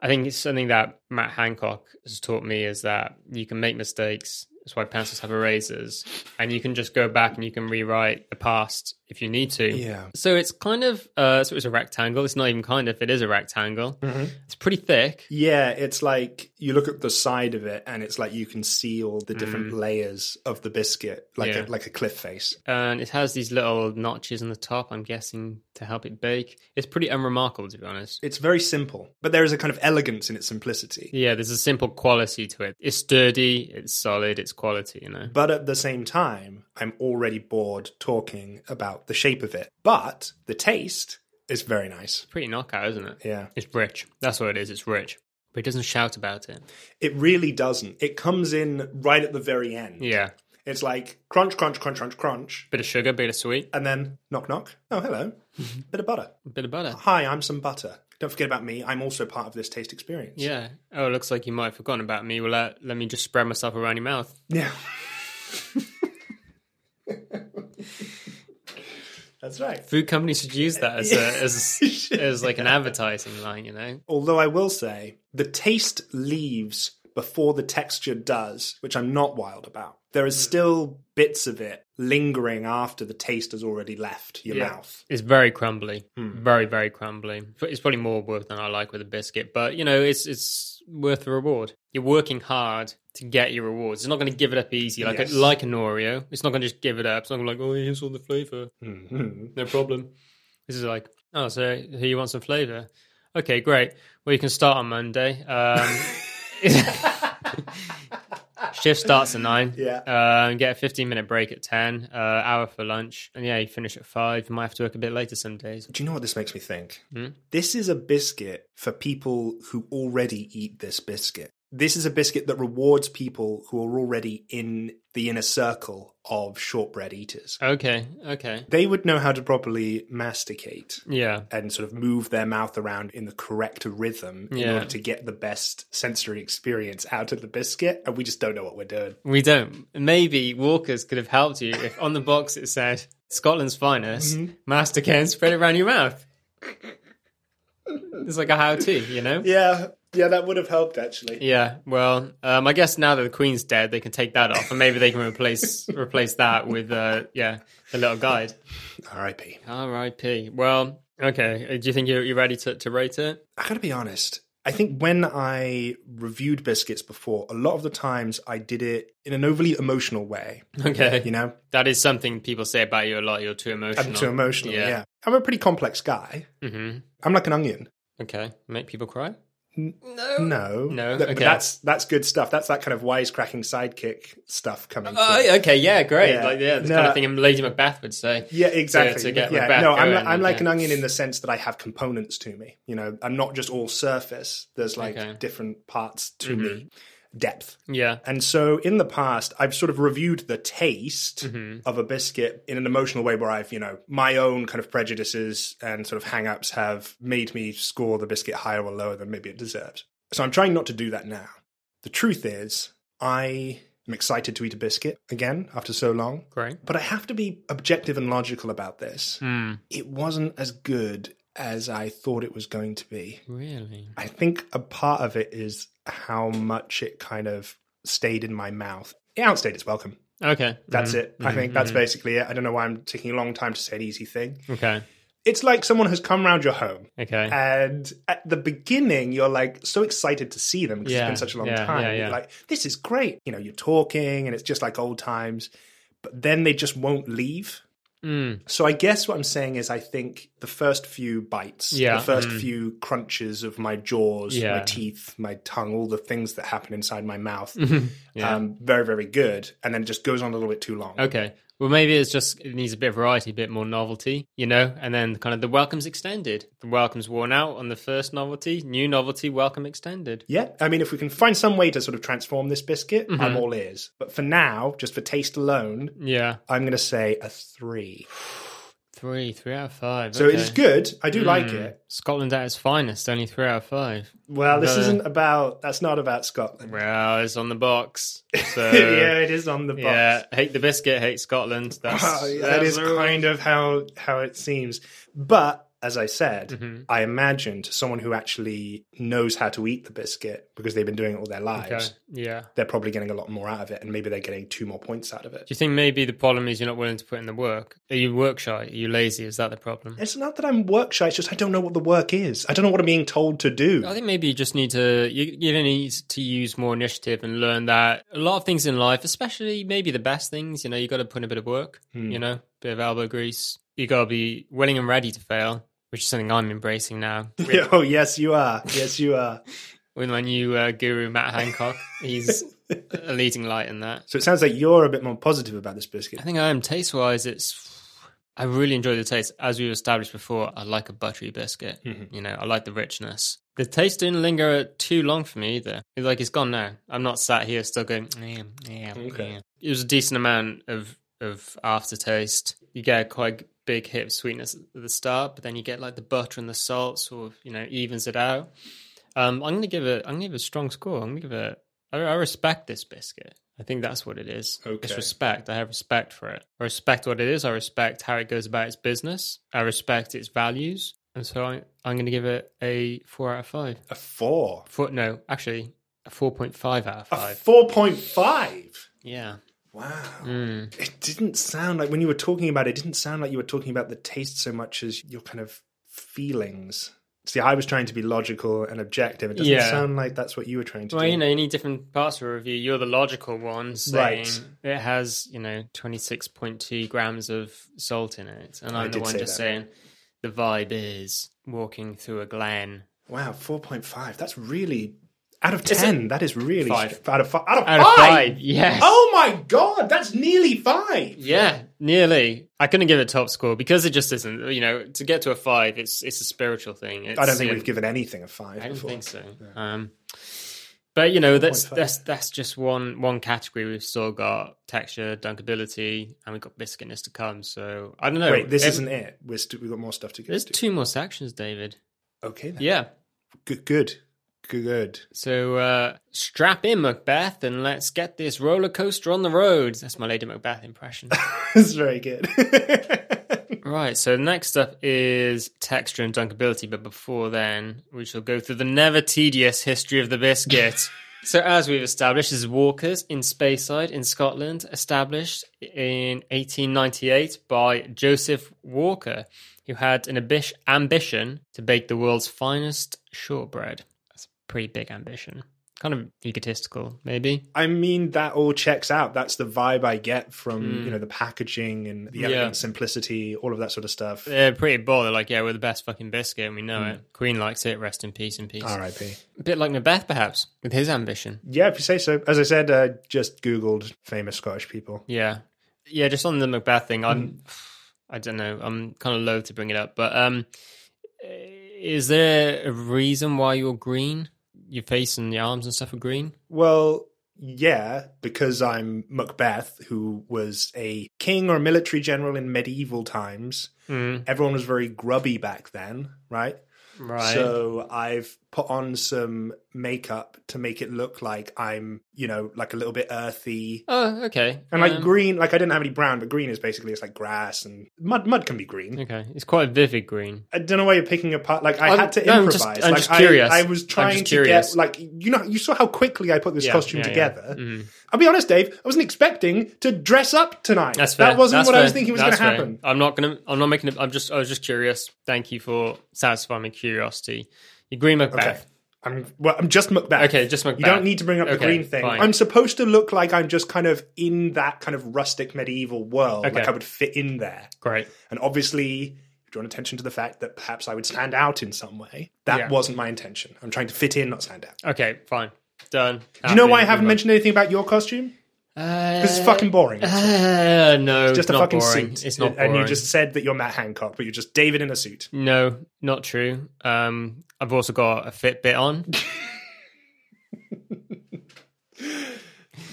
[SPEAKER 1] I think it's something that Matt Hancock has taught me is that you can make mistakes. That's why pencils have erasers, and you can just go back and you can rewrite the past if you need to.
[SPEAKER 2] Yeah.
[SPEAKER 1] So it's kind of uh, so it's a rectangle. It's not even kind of. It is a rectangle. It's pretty thick.
[SPEAKER 2] Yeah, it's like you look at the side of it and it's like you can see all the different layers of the biscuit, like
[SPEAKER 1] Mm. Yeah.
[SPEAKER 2] a, like a cliff face.
[SPEAKER 1] and it has these little notches on the top. I'm guessing to help it bake. It's pretty unremarkable, to be honest.
[SPEAKER 2] It's very simple, but there is a kind of elegance in its simplicity.
[SPEAKER 1] Yeah, there's a simple quality to it. It's sturdy, it's solid, it's quality. You know.
[SPEAKER 2] But at the same time, I'm already bored talking about the shape of it. But the taste is very nice.
[SPEAKER 1] pretty knockout, isn't it?
[SPEAKER 2] Yeah.
[SPEAKER 1] It's rich. That's what it is. It's rich, but it doesn't shout about it.
[SPEAKER 2] It really doesn't. It comes in right at the very end.
[SPEAKER 1] Yeah,
[SPEAKER 2] It's like crunch, crunch, crunch, crunch, crunch.
[SPEAKER 1] bit of sugar, bit of sweet,
[SPEAKER 2] And then knock, knock. Oh, hello.
[SPEAKER 1] Mm-hmm.
[SPEAKER 2] Bit of butter.
[SPEAKER 1] bit of butter.
[SPEAKER 2] Hi, I'm some butter. Don't forget about me. I'm also part of this taste experience.
[SPEAKER 1] Yeah. Oh, it looks like you might have forgotten about me. Well, uh, let me just spread myself around your mouth.
[SPEAKER 2] Yeah. That's right.
[SPEAKER 1] Food companies should use that as a, as as like an advertising line. You know.
[SPEAKER 2] Although I will say, the taste leaves before the texture does, which I'm not wild about. There is still bits of it lingering after the taste has already left your
[SPEAKER 1] Yeah.
[SPEAKER 2] mouth.
[SPEAKER 1] It's very crumbly, very very crumbly. But It's probably more work than I like with a biscuit, but you know, it's it's worth the reward. You're working hard to get your rewards. It's not going to give it up easy, like
[SPEAKER 2] Yes.
[SPEAKER 1] a, like an Oreo. It's not going to just give it up. It's not going to be like, oh, here's all the flavor,
[SPEAKER 2] Mm-hmm.
[SPEAKER 1] no problem. This is like, oh, so here you want some flavor? Okay, great. Well, you can start on Monday. Um, shift starts at nine.
[SPEAKER 2] Yeah.
[SPEAKER 1] Um, get a 15 minute break at 10, uh, hour for lunch. And yeah, you finish at five. You might have to work a bit later some days.
[SPEAKER 2] Do you know what this makes me think? This is a biscuit for people who already eat this biscuit. This is a biscuit that rewards people who are already in the inner circle of shortbread eaters.
[SPEAKER 1] Okay. Okay.
[SPEAKER 2] They would know how to properly masticate
[SPEAKER 1] Yeah.
[SPEAKER 2] and sort of move their mouth around in the correct rhythm in
[SPEAKER 1] Yeah.
[SPEAKER 2] order to get the best sensory experience out of the biscuit. And we just don't know what we're doing.
[SPEAKER 1] We don't. Maybe Walker's could have helped you if on the box it said Scotland's finest,
[SPEAKER 2] Mm-hmm.
[SPEAKER 1] Master Ken, spread it around your mouth. It's like a how to, you know?
[SPEAKER 2] Yeah, yeah, that would have helped actually.
[SPEAKER 1] Yeah, well, um, I guess now that the Queen's dead, they can take that off, and maybe they can replace replace that with, uh, yeah, the little guide.
[SPEAKER 2] R.I.P.
[SPEAKER 1] R.I.P. Well, okay. uh, Do you think you're, you're ready to, to rate it?
[SPEAKER 2] I gotta be honest. I think when I reviewed biscuits before, a lot of the times I did it in an overly emotional way.
[SPEAKER 1] Okay.
[SPEAKER 2] You know,
[SPEAKER 1] That is something people say about you a lot. You're too emotional.
[SPEAKER 2] I'm too emotional. Yeah. I'm a pretty complex guy.
[SPEAKER 1] hmm
[SPEAKER 2] I'm like an onion.
[SPEAKER 1] Okay. Make people cry?
[SPEAKER 2] No,
[SPEAKER 1] No,
[SPEAKER 2] That- but
[SPEAKER 1] okay.
[SPEAKER 2] that's that's good stuff. That's that kind of wisecracking sidekick stuff coming. through.
[SPEAKER 1] Oh, okay. Yeah, great.
[SPEAKER 2] Yeah.
[SPEAKER 1] Like, yeah, the
[SPEAKER 2] No.
[SPEAKER 1] kind of thing Lady Macbeth would say.
[SPEAKER 2] Yeah,
[SPEAKER 1] to-
[SPEAKER 2] exactly.
[SPEAKER 1] To, get
[SPEAKER 2] yeah,
[SPEAKER 1] Macbeth
[SPEAKER 2] no, I'm,
[SPEAKER 1] going,
[SPEAKER 2] li- I'm like
[SPEAKER 1] yeah.
[SPEAKER 2] an onion in the sense that I have components to me. You know, I'm not just all surface. There's like
[SPEAKER 1] Okay. Mm-hmm.
[SPEAKER 2] different parts to me, depth.
[SPEAKER 1] Yeah.
[SPEAKER 2] And so in the past, I've sort of reviewed the taste
[SPEAKER 1] Mm-hmm.
[SPEAKER 2] of a biscuit in an emotional way where I've, you know, my own kind of prejudices and sort of hang ups have made me score the biscuit higher or lower than maybe it deserves. So I'm trying not to do that now. The truth is, I am excited to eat a biscuit again after so long.
[SPEAKER 1] Great.
[SPEAKER 2] But I have to be objective and logical about this. It wasn't as good as I thought it was going to be.
[SPEAKER 1] Really?
[SPEAKER 2] I think a part of it is how much it kind of stayed in my mouth. It outstayed its welcome.
[SPEAKER 1] Okay.
[SPEAKER 2] That's it. I think that's basically it. I don't know why I'm taking a long time to say an easy thing.
[SPEAKER 1] Mm, Okay.
[SPEAKER 2] It's like someone has come round your home.
[SPEAKER 1] Okay.
[SPEAKER 2] And at the beginning, you're like so excited to see them because
[SPEAKER 1] Yeah,
[SPEAKER 2] it's been such a long
[SPEAKER 1] yeah,
[SPEAKER 2] time.
[SPEAKER 1] yeah,
[SPEAKER 2] You're
[SPEAKER 1] yeah.
[SPEAKER 2] like, this is great. You know, you're talking and it's just like old times. But then they just won't leave.
[SPEAKER 1] Mm.
[SPEAKER 2] So I guess what I'm saying is I think the first few bites,
[SPEAKER 1] Yeah. Hmm.
[SPEAKER 2] the first few crunches of my jaws, my
[SPEAKER 1] Yeah.
[SPEAKER 2] teeth, my tongue, all the things that happen inside my mouth, um, very, very good. And then it just goes on a little bit too long.
[SPEAKER 1] Okay. Well, maybe it's just it needs a bit of variety, a bit more novelty, you know, and then kind of the welcome's extended. The welcome's worn out on the first novelty, new novelty, welcome extended.
[SPEAKER 2] Yeah, I mean, if we can find some way to sort of transform this biscuit,
[SPEAKER 1] Mm-hmm.
[SPEAKER 2] I'm all ears. But for now, just for taste alone,
[SPEAKER 1] Yeah.
[SPEAKER 2] I'm going to say a three.
[SPEAKER 1] Three, three out of five.
[SPEAKER 2] So it is
[SPEAKER 1] okay.
[SPEAKER 2] good. I do like
[SPEAKER 1] Hmm.
[SPEAKER 2] it.
[SPEAKER 1] Scotland at its finest, only three out of five.
[SPEAKER 2] Well, this
[SPEAKER 1] But-
[SPEAKER 2] isn't about. That's not about Scotland.
[SPEAKER 1] Well, it's on the box. So
[SPEAKER 2] yeah, it is on the box.
[SPEAKER 1] yeah, hate the biscuit, hate Scotland. That's
[SPEAKER 2] Oh, yeah, that
[SPEAKER 1] that's
[SPEAKER 2] is
[SPEAKER 1] the rule.
[SPEAKER 2] kind of how how it seems. But as I said,
[SPEAKER 1] Mm-hmm.
[SPEAKER 2] I imagined someone who actually knows how to eat the biscuit because they've been doing it all their lives.
[SPEAKER 1] Okay, Yeah. Do
[SPEAKER 2] They're probably getting a lot more out of it, and maybe they're getting two more points out of it.
[SPEAKER 1] you think maybe the problem is you're not willing to put in the work? Are you work shy? Are you lazy? Is that the problem?
[SPEAKER 2] It's not that I'm work shy. It's just I don't know what the work is. I don't know what I'm being told to do.
[SPEAKER 1] I think maybe you just need to you you don't need to use more initiative and learn that a lot of things in life, especially maybe the best things, you know, you got to put in a bit of work, you know, bit of elbow grease. You got to be willing and ready to fail, which is something I'm embracing now.
[SPEAKER 2] oh yes, you are. Yes, you are.
[SPEAKER 1] With my new uh, guru Matt Hancock, he's a leading light in that.
[SPEAKER 2] so it sounds like you're a bit more positive about this biscuit.
[SPEAKER 1] I think I am taste wise. It's I really enjoy the taste. As we established before, I like a buttery biscuit. You know, I like the richness. The taste didn't linger too long for me either. It's like it's gone now. I'm not sat here still going. Yeah, yeah,
[SPEAKER 2] Okay.
[SPEAKER 1] yeah." It was a decent amount of of aftertaste. You get quite a big hit of sweetness at the start, but then you get like the butter and the salt sort of you know evens it out. Um, I'm gonna give it. I'm gonna give it a strong score. I'm gonna give it. I, I respect this biscuit. I think that's what it is.
[SPEAKER 2] Okay.
[SPEAKER 1] It's respect. I have respect for it. I respect what it is. I respect how it goes about its business. I respect its values. And so I, I'm going to give it a four out of five.
[SPEAKER 2] A four.
[SPEAKER 1] Four, no, actually, a four point five out of
[SPEAKER 2] A
[SPEAKER 1] five. Mm.
[SPEAKER 2] four point five.
[SPEAKER 1] yeah. Hmm.
[SPEAKER 2] Wow. It didn't sound like when you were talking about it, it didn't sound like you were talking about the taste so much as your kind of feelings. See, I was trying to be logical and objective. It doesn't
[SPEAKER 1] Yeah.
[SPEAKER 2] sound like that's what you were trying to
[SPEAKER 1] Well,
[SPEAKER 2] do.
[SPEAKER 1] you know, you need different parts of a review. You're the logical one saying
[SPEAKER 2] Right.
[SPEAKER 1] it has, you know, 26.2 grams of salt in it. And
[SPEAKER 2] I
[SPEAKER 1] I'm the
[SPEAKER 2] did
[SPEAKER 1] one
[SPEAKER 2] say
[SPEAKER 1] just
[SPEAKER 2] that.
[SPEAKER 1] saying the vibe is walking through a glen.
[SPEAKER 2] Wow, four point five. That's really out of
[SPEAKER 1] It's a-
[SPEAKER 2] ten. that is really
[SPEAKER 1] Five.
[SPEAKER 2] out of five. Out of,
[SPEAKER 1] Out of
[SPEAKER 2] five.
[SPEAKER 1] five, yes.
[SPEAKER 2] Oh my god, that's nearly five.
[SPEAKER 1] Yeah, nearly. I couldn't give it top score because it just isn't. You know, to get to a five, it's it's a spiritual thing. It's,
[SPEAKER 2] I don't think
[SPEAKER 1] you know,
[SPEAKER 2] we've given anything a five.
[SPEAKER 1] I don't
[SPEAKER 2] before.
[SPEAKER 1] think so. Um, but you know, that's
[SPEAKER 2] 4.5.
[SPEAKER 1] that's that's just one one category. We've still got texture, dunkability, and we've got biscuitness to come. So I don't know.
[SPEAKER 2] Wait, this
[SPEAKER 1] Ev-
[SPEAKER 2] isn't it. We're st- we've got more stuff to go
[SPEAKER 1] There's
[SPEAKER 2] to.
[SPEAKER 1] two more sections, David.
[SPEAKER 2] okay, then.
[SPEAKER 1] Yeah.
[SPEAKER 2] Good, good, good, good.
[SPEAKER 1] So uh, strap in, Macbeth, and let's get this roller coaster on the road. That's my Lady Macbeth impression.
[SPEAKER 2] That's very good.
[SPEAKER 1] Right, so next up is texture and dunkability, but before then, we shall go through the never tedious history of the biscuit. so, as we've established, this is Walker's in Speyside in Scotland, established in 1898 by Joseph Walker, who had an ambi- ambition to bake the world's finest shortbread. That's a pretty big ambition. Kind of egotistical, maybe.
[SPEAKER 2] I mean, that all checks out. That's the vibe I get from
[SPEAKER 1] Hmm.
[SPEAKER 2] you know the packaging and the elegant simplicity, all of that sort of stuff.
[SPEAKER 1] They're pretty bold. They're like, yeah, we're the best fucking biscuit, and we know it. Queen likes it. Rest in peace, in peace.
[SPEAKER 2] R.I.P.
[SPEAKER 1] A bit like Macbeth, perhaps, with his ambition.
[SPEAKER 2] Yeah, if you say so. As I said, uh, just googled famous Scottish people.
[SPEAKER 1] Yeah, yeah. Just on the Macbeth thing, I'm,
[SPEAKER 2] Mm.
[SPEAKER 1] I don't know. I'm kind of loath to bring it up, but um, is there a reason why you're green? Your face and the arms and stuff are green.
[SPEAKER 2] Well, yeah, because I'm Macbeth, who was a king or military general in medieval times.
[SPEAKER 1] Hmm.
[SPEAKER 2] Everyone was very grubby back then, right?
[SPEAKER 1] Right.
[SPEAKER 2] So I've put on some makeup to make it look like I'm, you know, like a little bit earthy.
[SPEAKER 1] oh, okay.
[SPEAKER 2] And like
[SPEAKER 1] Um,
[SPEAKER 2] green, like I didn't have any brown, but green is basically it's like grass and mud. Mud can be green.
[SPEAKER 1] Okay, it's quite a vivid green.
[SPEAKER 2] I don't know why you're picking apart. Like I
[SPEAKER 1] I'm-
[SPEAKER 2] had to
[SPEAKER 1] no, I'm
[SPEAKER 2] improvise.
[SPEAKER 1] just- I'm
[SPEAKER 2] like,
[SPEAKER 1] just
[SPEAKER 2] I-
[SPEAKER 1] curious.
[SPEAKER 2] I,
[SPEAKER 1] I'm
[SPEAKER 2] was
[SPEAKER 1] just
[SPEAKER 2] trying to
[SPEAKER 1] curious.
[SPEAKER 2] get like you know you saw how quickly I put this
[SPEAKER 1] Yeah,
[SPEAKER 2] costume
[SPEAKER 1] yeah, Mm-hmm. yeah.
[SPEAKER 2] together. I'll be honest, Dave. I wasn't expecting to dress up tonight.
[SPEAKER 1] That's fair.
[SPEAKER 2] That wasn't
[SPEAKER 1] That's
[SPEAKER 2] what I
[SPEAKER 1] fair.
[SPEAKER 2] was thinking was going
[SPEAKER 1] That's
[SPEAKER 2] to
[SPEAKER 1] fair.
[SPEAKER 2] happen.
[SPEAKER 1] I'm not gonna. I'm not making. A, I'm just. I was just curious. Thank you for satisfying my curiosity. You're green Macbeth.
[SPEAKER 2] Okay. I'm well. I'm just Macbeth.
[SPEAKER 1] Okay, just
[SPEAKER 2] You
[SPEAKER 1] Macbeth.
[SPEAKER 2] don't need to bring up the
[SPEAKER 1] Okay,
[SPEAKER 2] green thing.
[SPEAKER 1] fine.
[SPEAKER 2] I'm supposed to look like I'm just kind of in that kind of rustic medieval world.
[SPEAKER 1] Okay.
[SPEAKER 2] Like I would fit in there.
[SPEAKER 1] Great.
[SPEAKER 2] And obviously, drawn attention to the fact that perhaps I would stand out in some way. That
[SPEAKER 1] Yeah.
[SPEAKER 2] wasn't my intention. I'm trying to fit in, not stand out.
[SPEAKER 1] Okay. Fine. Done.
[SPEAKER 2] Do you know why I haven't mentioned anything about your costume? Because it's fucking boring.
[SPEAKER 1] Uh, no, it's
[SPEAKER 2] just a
[SPEAKER 1] not
[SPEAKER 2] fucking
[SPEAKER 1] boring.
[SPEAKER 2] suit.
[SPEAKER 1] It's not boring.
[SPEAKER 2] And you just said that you're Matt Hancock, but you're just David in a suit.
[SPEAKER 1] no, not true. Um, I've also got a Fitbit on.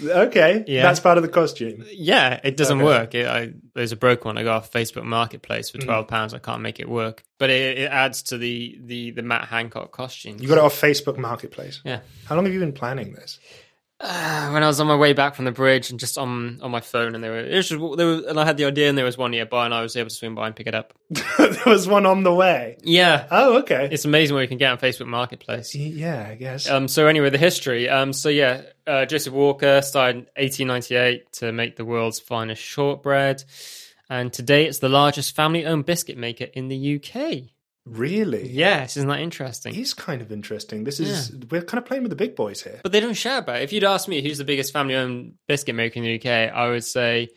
[SPEAKER 2] Okay.
[SPEAKER 1] Yeah.
[SPEAKER 2] That's part of the costume.
[SPEAKER 1] Yeah, it doesn't
[SPEAKER 2] Okay. Hmm.
[SPEAKER 1] work. It, I, there's a broke one I got off Facebook Marketplace for twelve pounds. I can't make it work, but it, it adds to the the the Matt Hancock costume.
[SPEAKER 2] You got it off Facebook Marketplace.
[SPEAKER 1] yeah.
[SPEAKER 2] How long have you been planning this?
[SPEAKER 1] Uh, when I was on my way back from the bridge and just on on my phone, and there were, it was just, there were and I had the idea, and there was one nearby, and I was able to swing by and pick it up.
[SPEAKER 2] there was one on the way.
[SPEAKER 1] Yeah,
[SPEAKER 2] Oh, okay.
[SPEAKER 1] it's amazing what you can get on Facebook Marketplace.
[SPEAKER 2] yeah, I guess.
[SPEAKER 1] Um, so anyway, the history. Um, so yeah, uh, Joseph Walker started in 1898 to make the world's finest shortbread, and today it's the largest family-owned biscuit maker in the UK.
[SPEAKER 2] really?
[SPEAKER 1] Yes, isn't that interesting?
[SPEAKER 2] It is kind of interesting. This is we're kind of playing with the big boys here.
[SPEAKER 1] But they don't share about it. If you'd asked me who's the biggest family-owned biscuit maker in the UK, I would say,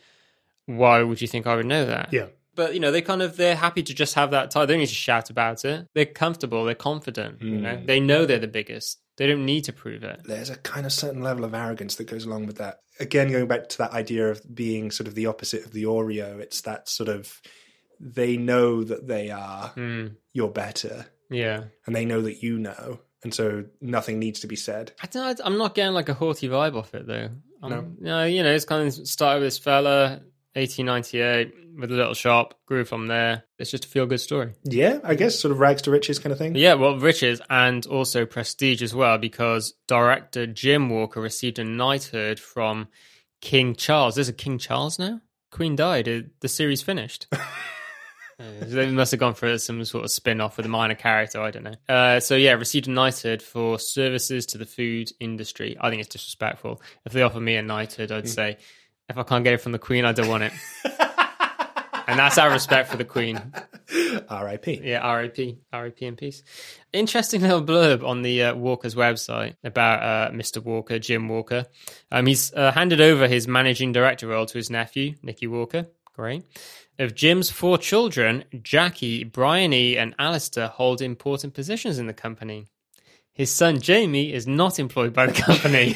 [SPEAKER 1] why would you think I would know that?
[SPEAKER 2] Yeah.
[SPEAKER 1] But you know, they kind of they're happy to just have that title. They don't need to shout about it. They're comfortable. They're confident. You know, they know they're the biggest. They don't need to prove it.
[SPEAKER 2] There's a kind of certain level of arrogance that goes along with that. Again, going back to that idea of being sort of the opposite of the Oreo, it's that sort of they know that they are
[SPEAKER 1] Hmm.
[SPEAKER 2] you're better,
[SPEAKER 1] Yeah.
[SPEAKER 2] and they know that you know, and so nothing needs to be said.
[SPEAKER 1] I don't. I'm not getting like a haughty vibe off it though. Um, no. You know, it's kind of started with this fella, 1898, with a little shop. Grew from there. It's just a feel good story.
[SPEAKER 2] Yeah, I guess sort of rags to riches kind of thing.
[SPEAKER 1] Yeah, well, riches and also prestige as well, because director Jim Walker received a knighthood from King Charles. There's a King Charles now? Queen died. uh, The series finished. Uh, they must have gone for some sort of spin off with a minor character. I don't know. Uh, so, yeah, received a knighthood for services to the food industry. I think it's disrespectful. If they offer me a knighthood, I'd say, if I can't get it from the Queen, I don't want it. and that's our respect for the Queen.
[SPEAKER 2] R.I.P.
[SPEAKER 1] Yeah, ROP, ROP in peace. Interesting little blurb on the uh, Walker's website about uh, Mr. Walker, Jim Walker. Um, he's uh, handed over his managing director role to his nephew, Nicky Walker. Great. Of Jim's four children, Jackie, Bryony, and Alistair hold important positions in the company. His son Jamie is not employed by the company.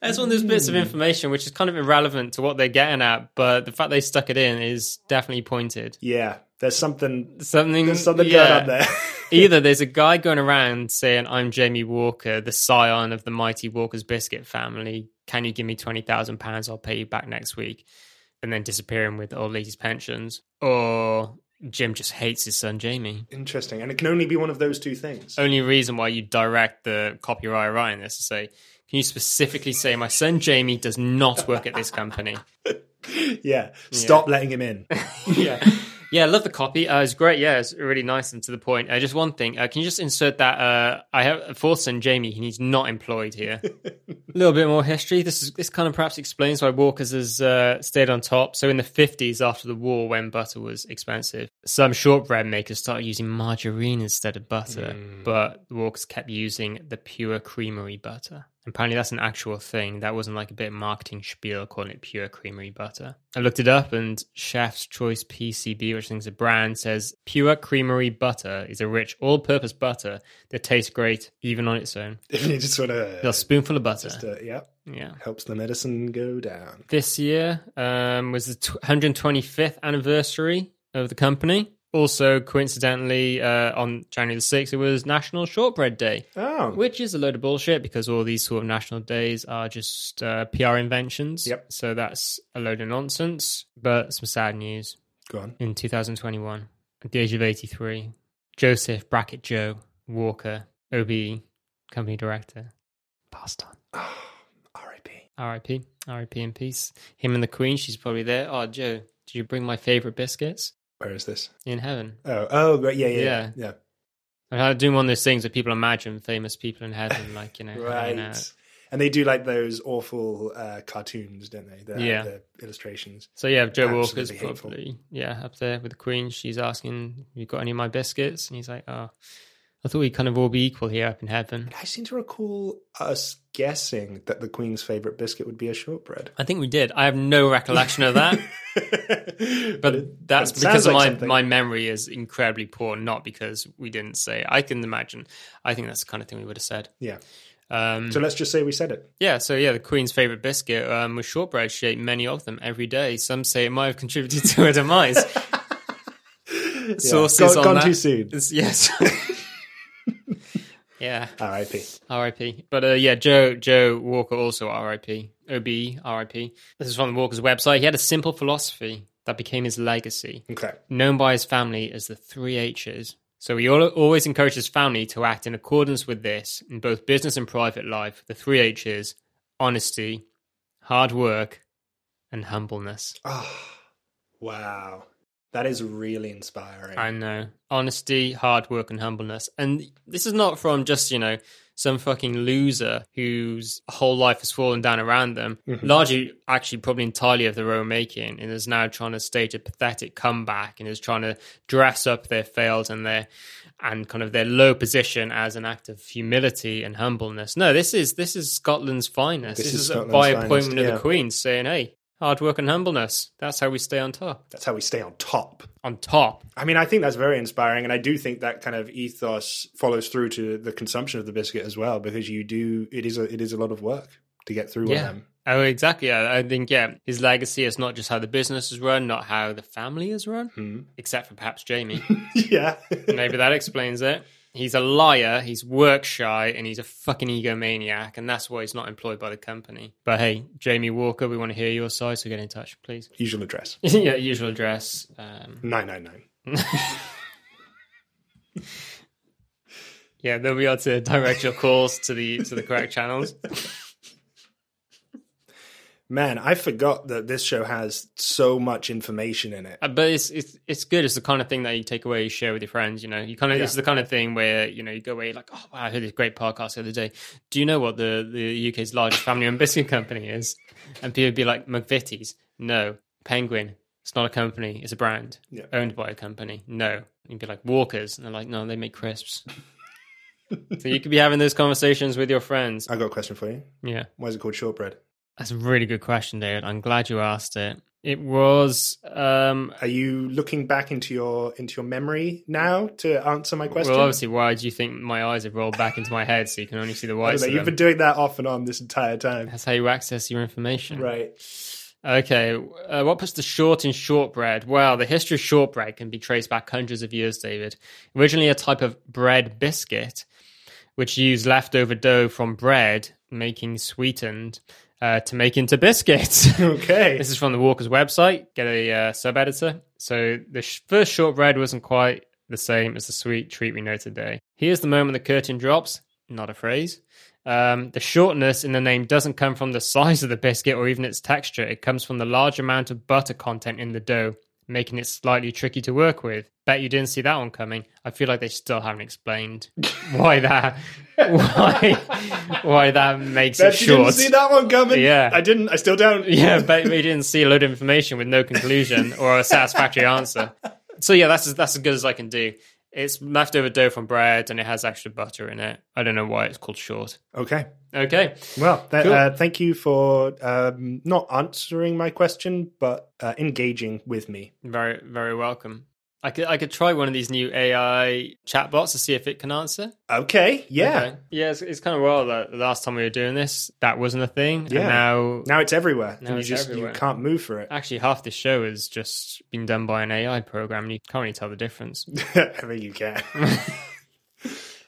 [SPEAKER 1] That's one of those bits of information which is kind of irrelevant to what they're getting at, but the fact they stuck it in is definitely pointed.
[SPEAKER 2] Yeah, there's something.
[SPEAKER 1] Something,
[SPEAKER 2] There's something
[SPEAKER 1] Mm, yeah.
[SPEAKER 2] going on there.
[SPEAKER 1] Either there's a guy going around saying, I'm Jamie Walker, the scion of the mighty Walker's biscuit family. Can you give me £20,000? I'll pay you back next week. And then disappearing with the old lady's pensions. Or Jim just hates his son, Jamie.
[SPEAKER 2] Interesting, and it can only be one of those two things.
[SPEAKER 1] Only reason why you direct the copyright writing this to say, can you specifically say, my son Jamie does not work at this company?
[SPEAKER 2] Yeah, stop letting him in.
[SPEAKER 1] yeah. Yeah, I love the copy. Uh, it's great. Yeah, it's really nice and to the point. Uh, just one thing. Uh, can you just insert that? Uh, I have a fourth son, Jamie. He's not employed here. a little bit more history. This is this kind of perhaps explains why Walker's has uh, stayed on top. So in the fifties, after the war, when butter was expensive, some shortbread makers started using margarine instead of butter, but Walker's kept using the pure creamery butter. Apparently, that's an actual thing. That wasn't like a bit of marketing spiel calling it pure creamery butter. I looked it up, and Chef's Choice PCB, which I think is a brand, says pure creamery butter is a rich, all-purpose butter that tastes great even on its own.
[SPEAKER 2] If you just want
[SPEAKER 1] A
[SPEAKER 2] to,
[SPEAKER 1] spoonful of butter,
[SPEAKER 2] uh, yeah,
[SPEAKER 1] yeah.
[SPEAKER 2] helps the medicine go down.
[SPEAKER 1] This year um, was the tw- 125th anniversary of the company. Also, coincidentally, uh, on January the 6th, it was National Shortbread Day.
[SPEAKER 2] Oh,
[SPEAKER 1] Which is a load of bullshit because all these sort of national days are just uh, PR inventions.
[SPEAKER 2] Yep.
[SPEAKER 1] So that's a load of nonsense. But some sad news.
[SPEAKER 2] go on.
[SPEAKER 1] In 2021, at the age of 83, Joseph Brackett Joe Walker, OBE, company director, passed on.
[SPEAKER 2] R.I.P.
[SPEAKER 1] RIP, RIP in peace. Him and the Queen, she's probably there. Oh, Joe, did you bring my favorite biscuits?
[SPEAKER 2] Where is this?
[SPEAKER 1] In heaven.
[SPEAKER 2] Oh, oh, right, yeah, yeah, yeah. yeah.
[SPEAKER 1] And I do one of those things that people imagine famous people in heaven, like, you know, hanging
[SPEAKER 2] Right.
[SPEAKER 1] out.
[SPEAKER 2] And they do like those awful uh, cartoons, don't they? The,
[SPEAKER 1] Yeah.
[SPEAKER 2] the illustrations.
[SPEAKER 1] So yeah, Joe Walker's
[SPEAKER 2] Absolutely hateful.
[SPEAKER 1] probably yeah up there with the Queen. She's asking, "You got any of my biscuits?" And he's like, "Oh, I thought we'd kind of all be equal here up in heaven."
[SPEAKER 2] I seem to recall us guessing that the Queen's favorite biscuit would be a shortbread.
[SPEAKER 1] I think we did. I have no recollection of that,
[SPEAKER 2] but
[SPEAKER 1] but that's
[SPEAKER 2] it
[SPEAKER 1] because
[SPEAKER 2] sounds like
[SPEAKER 1] my
[SPEAKER 2] something.
[SPEAKER 1] my memory is incredibly poor, not because we didn't say. it. I can imagine. I think that's the kind of thing we would have said.
[SPEAKER 2] yeah.
[SPEAKER 1] Um,
[SPEAKER 2] So let's just say we said it.
[SPEAKER 1] yeah, so yeah, the Queen's favorite biscuit um, was shortbread. She ate many of them every day. Some say it might have contributed to her demise.
[SPEAKER 2] Yeah.
[SPEAKER 1] sources
[SPEAKER 2] Gone-
[SPEAKER 1] on
[SPEAKER 2] gone
[SPEAKER 1] that.
[SPEAKER 2] too soon.
[SPEAKER 1] It's- yes. Yeah.
[SPEAKER 2] R.I.P.
[SPEAKER 1] R.I.P. But uh, yeah, Joe Joe Walker also R.I.P. O.B. R.I.P. This is from the Walker's website. He had a simple philosophy that became his legacy,
[SPEAKER 2] Okay.
[SPEAKER 1] known by his family as the Three H's. So he al- always encouraged his family to act in accordance with this in both business and private life. The Three H's: honesty, hard work, and humbleness.
[SPEAKER 2] Ah, Wow. That is really inspiring.
[SPEAKER 1] I know. Honesty, hard work, and humbleness. And this is not from just, you know, some fucking loser whose whole life has fallen down around them,
[SPEAKER 2] Mm-hmm.
[SPEAKER 1] largely, actually, probably entirely of their own making, and is now trying to stage a pathetic comeback and is trying to dress up their fails and their and kind of their low position as an act of humility and humbleness. No, this is this is Scotland's finest. This,
[SPEAKER 2] This
[SPEAKER 1] is,
[SPEAKER 2] is Scotland's
[SPEAKER 1] by
[SPEAKER 2] finest,
[SPEAKER 1] appointment of
[SPEAKER 2] yeah.
[SPEAKER 1] the Queen, saying, "Hey, hard work and humbleness. That's how we stay on top.
[SPEAKER 2] That's how we stay on top.
[SPEAKER 1] On top."
[SPEAKER 2] I mean, I think that's very inspiring, and I do think that kind of ethos follows through to the consumption of the biscuit as well, because you do it is a, it is a lot of work to get through
[SPEAKER 1] Yeah.
[SPEAKER 2] on them.
[SPEAKER 1] Oh, exactly. Yeah, I think yeah, his legacy is not just how the business is run, not how the family is run, except for perhaps Jamie.
[SPEAKER 2] yeah,
[SPEAKER 1] Maybe that explains it. He's a liar. He's work shy, and he's a fucking egomaniac, and that's why he's not employed by the company. But hey, Jamie Walker, we want to hear your side, so get in touch, please.
[SPEAKER 2] usual address
[SPEAKER 1] yeah, usual address. Um,
[SPEAKER 2] nine nine nine.
[SPEAKER 1] yeah, they'll be able to direct your calls to the to the correct channels.
[SPEAKER 2] Man, I forgot that this show has so much information in it.
[SPEAKER 1] Uh, but it's it's it's good. It's the kind of thing that you take away, you share with your friends. You know, you kind of it's the kind of thing where you know you go away you're like, oh wow, I heard this great podcast the other day. Do you know what the the UK's largest family-owned biscuit company is? And people would be like, McVitie's. No, Penguin. It's not a company. It's a brand
[SPEAKER 2] Yeah.
[SPEAKER 1] owned by a company. No, And you'd be like Walkers, and they're like, no, they make crisps. so you could be having those conversations with your friends.
[SPEAKER 2] I got a question for you.
[SPEAKER 1] Yeah.
[SPEAKER 2] Why is it called shortbread?
[SPEAKER 1] That's a really good question, David. I'm glad you asked it. It was um
[SPEAKER 2] Are you looking back into your into your memory now to answer my question?
[SPEAKER 1] Well, obviously, why do you think my eyes have rolled back into my head so you can only see the
[SPEAKER 2] I
[SPEAKER 1] whites?
[SPEAKER 2] don't know,
[SPEAKER 1] of
[SPEAKER 2] you've
[SPEAKER 1] them?
[SPEAKER 2] been doing that off and on this entire time,
[SPEAKER 1] That's how you access your information.
[SPEAKER 2] right?
[SPEAKER 1] Okay. Uh, what puts the short in shortbread? Well, the history of shortbread can be traced back hundreds of years, David. Originally a type of bread biscuit, which used leftover dough from bread, making sweetened, uh, to make into biscuits.
[SPEAKER 2] Okay,
[SPEAKER 1] This is from the Walker's website. Get a uh, sub editor. So the sh- first shortbread wasn't quite the same as the sweet treat we know today. Here's the moment the curtain drops. Not a phrase. Um, the shortness in the name doesn't come from the size of the biscuit or even its texture. It comes from the large amount of butter content in the dough, making it slightly tricky to work with. Bet you didn't see that one coming. I feel like they still haven't explained why that why why that makes it
[SPEAKER 2] Bet you
[SPEAKER 1] short.
[SPEAKER 2] didn't see that one coming.
[SPEAKER 1] Yeah.
[SPEAKER 2] I didn't. I still don't.
[SPEAKER 1] Yeah, but we didn't see a load of information with no conclusion or a satisfactory answer. So yeah, that's as, that's as good as I can do. It's leftover dough from bread, and it has extra butter in it. I don't know why it's called short.
[SPEAKER 2] Okay.
[SPEAKER 1] Okay,
[SPEAKER 2] Well, th-
[SPEAKER 1] Cool.
[SPEAKER 2] uh, thank you for um, not answering my question, but uh, engaging with me.
[SPEAKER 1] very very welcome. I could I could try one of these new AI chatbots to see if it can answer.
[SPEAKER 2] Okay. Yeah.
[SPEAKER 1] Okay. yeah, it's, it's kind of wild that the last time we were doing this, that wasn't a thing.
[SPEAKER 2] Yeah.
[SPEAKER 1] and now,
[SPEAKER 2] Now it's everywhere.
[SPEAKER 1] Now
[SPEAKER 2] and you
[SPEAKER 1] it's
[SPEAKER 2] just
[SPEAKER 1] everywhere.
[SPEAKER 2] you can't move for it.
[SPEAKER 1] actually, half the show has just been done by an AI program. and You can't really tell the difference.
[SPEAKER 2] I think you can.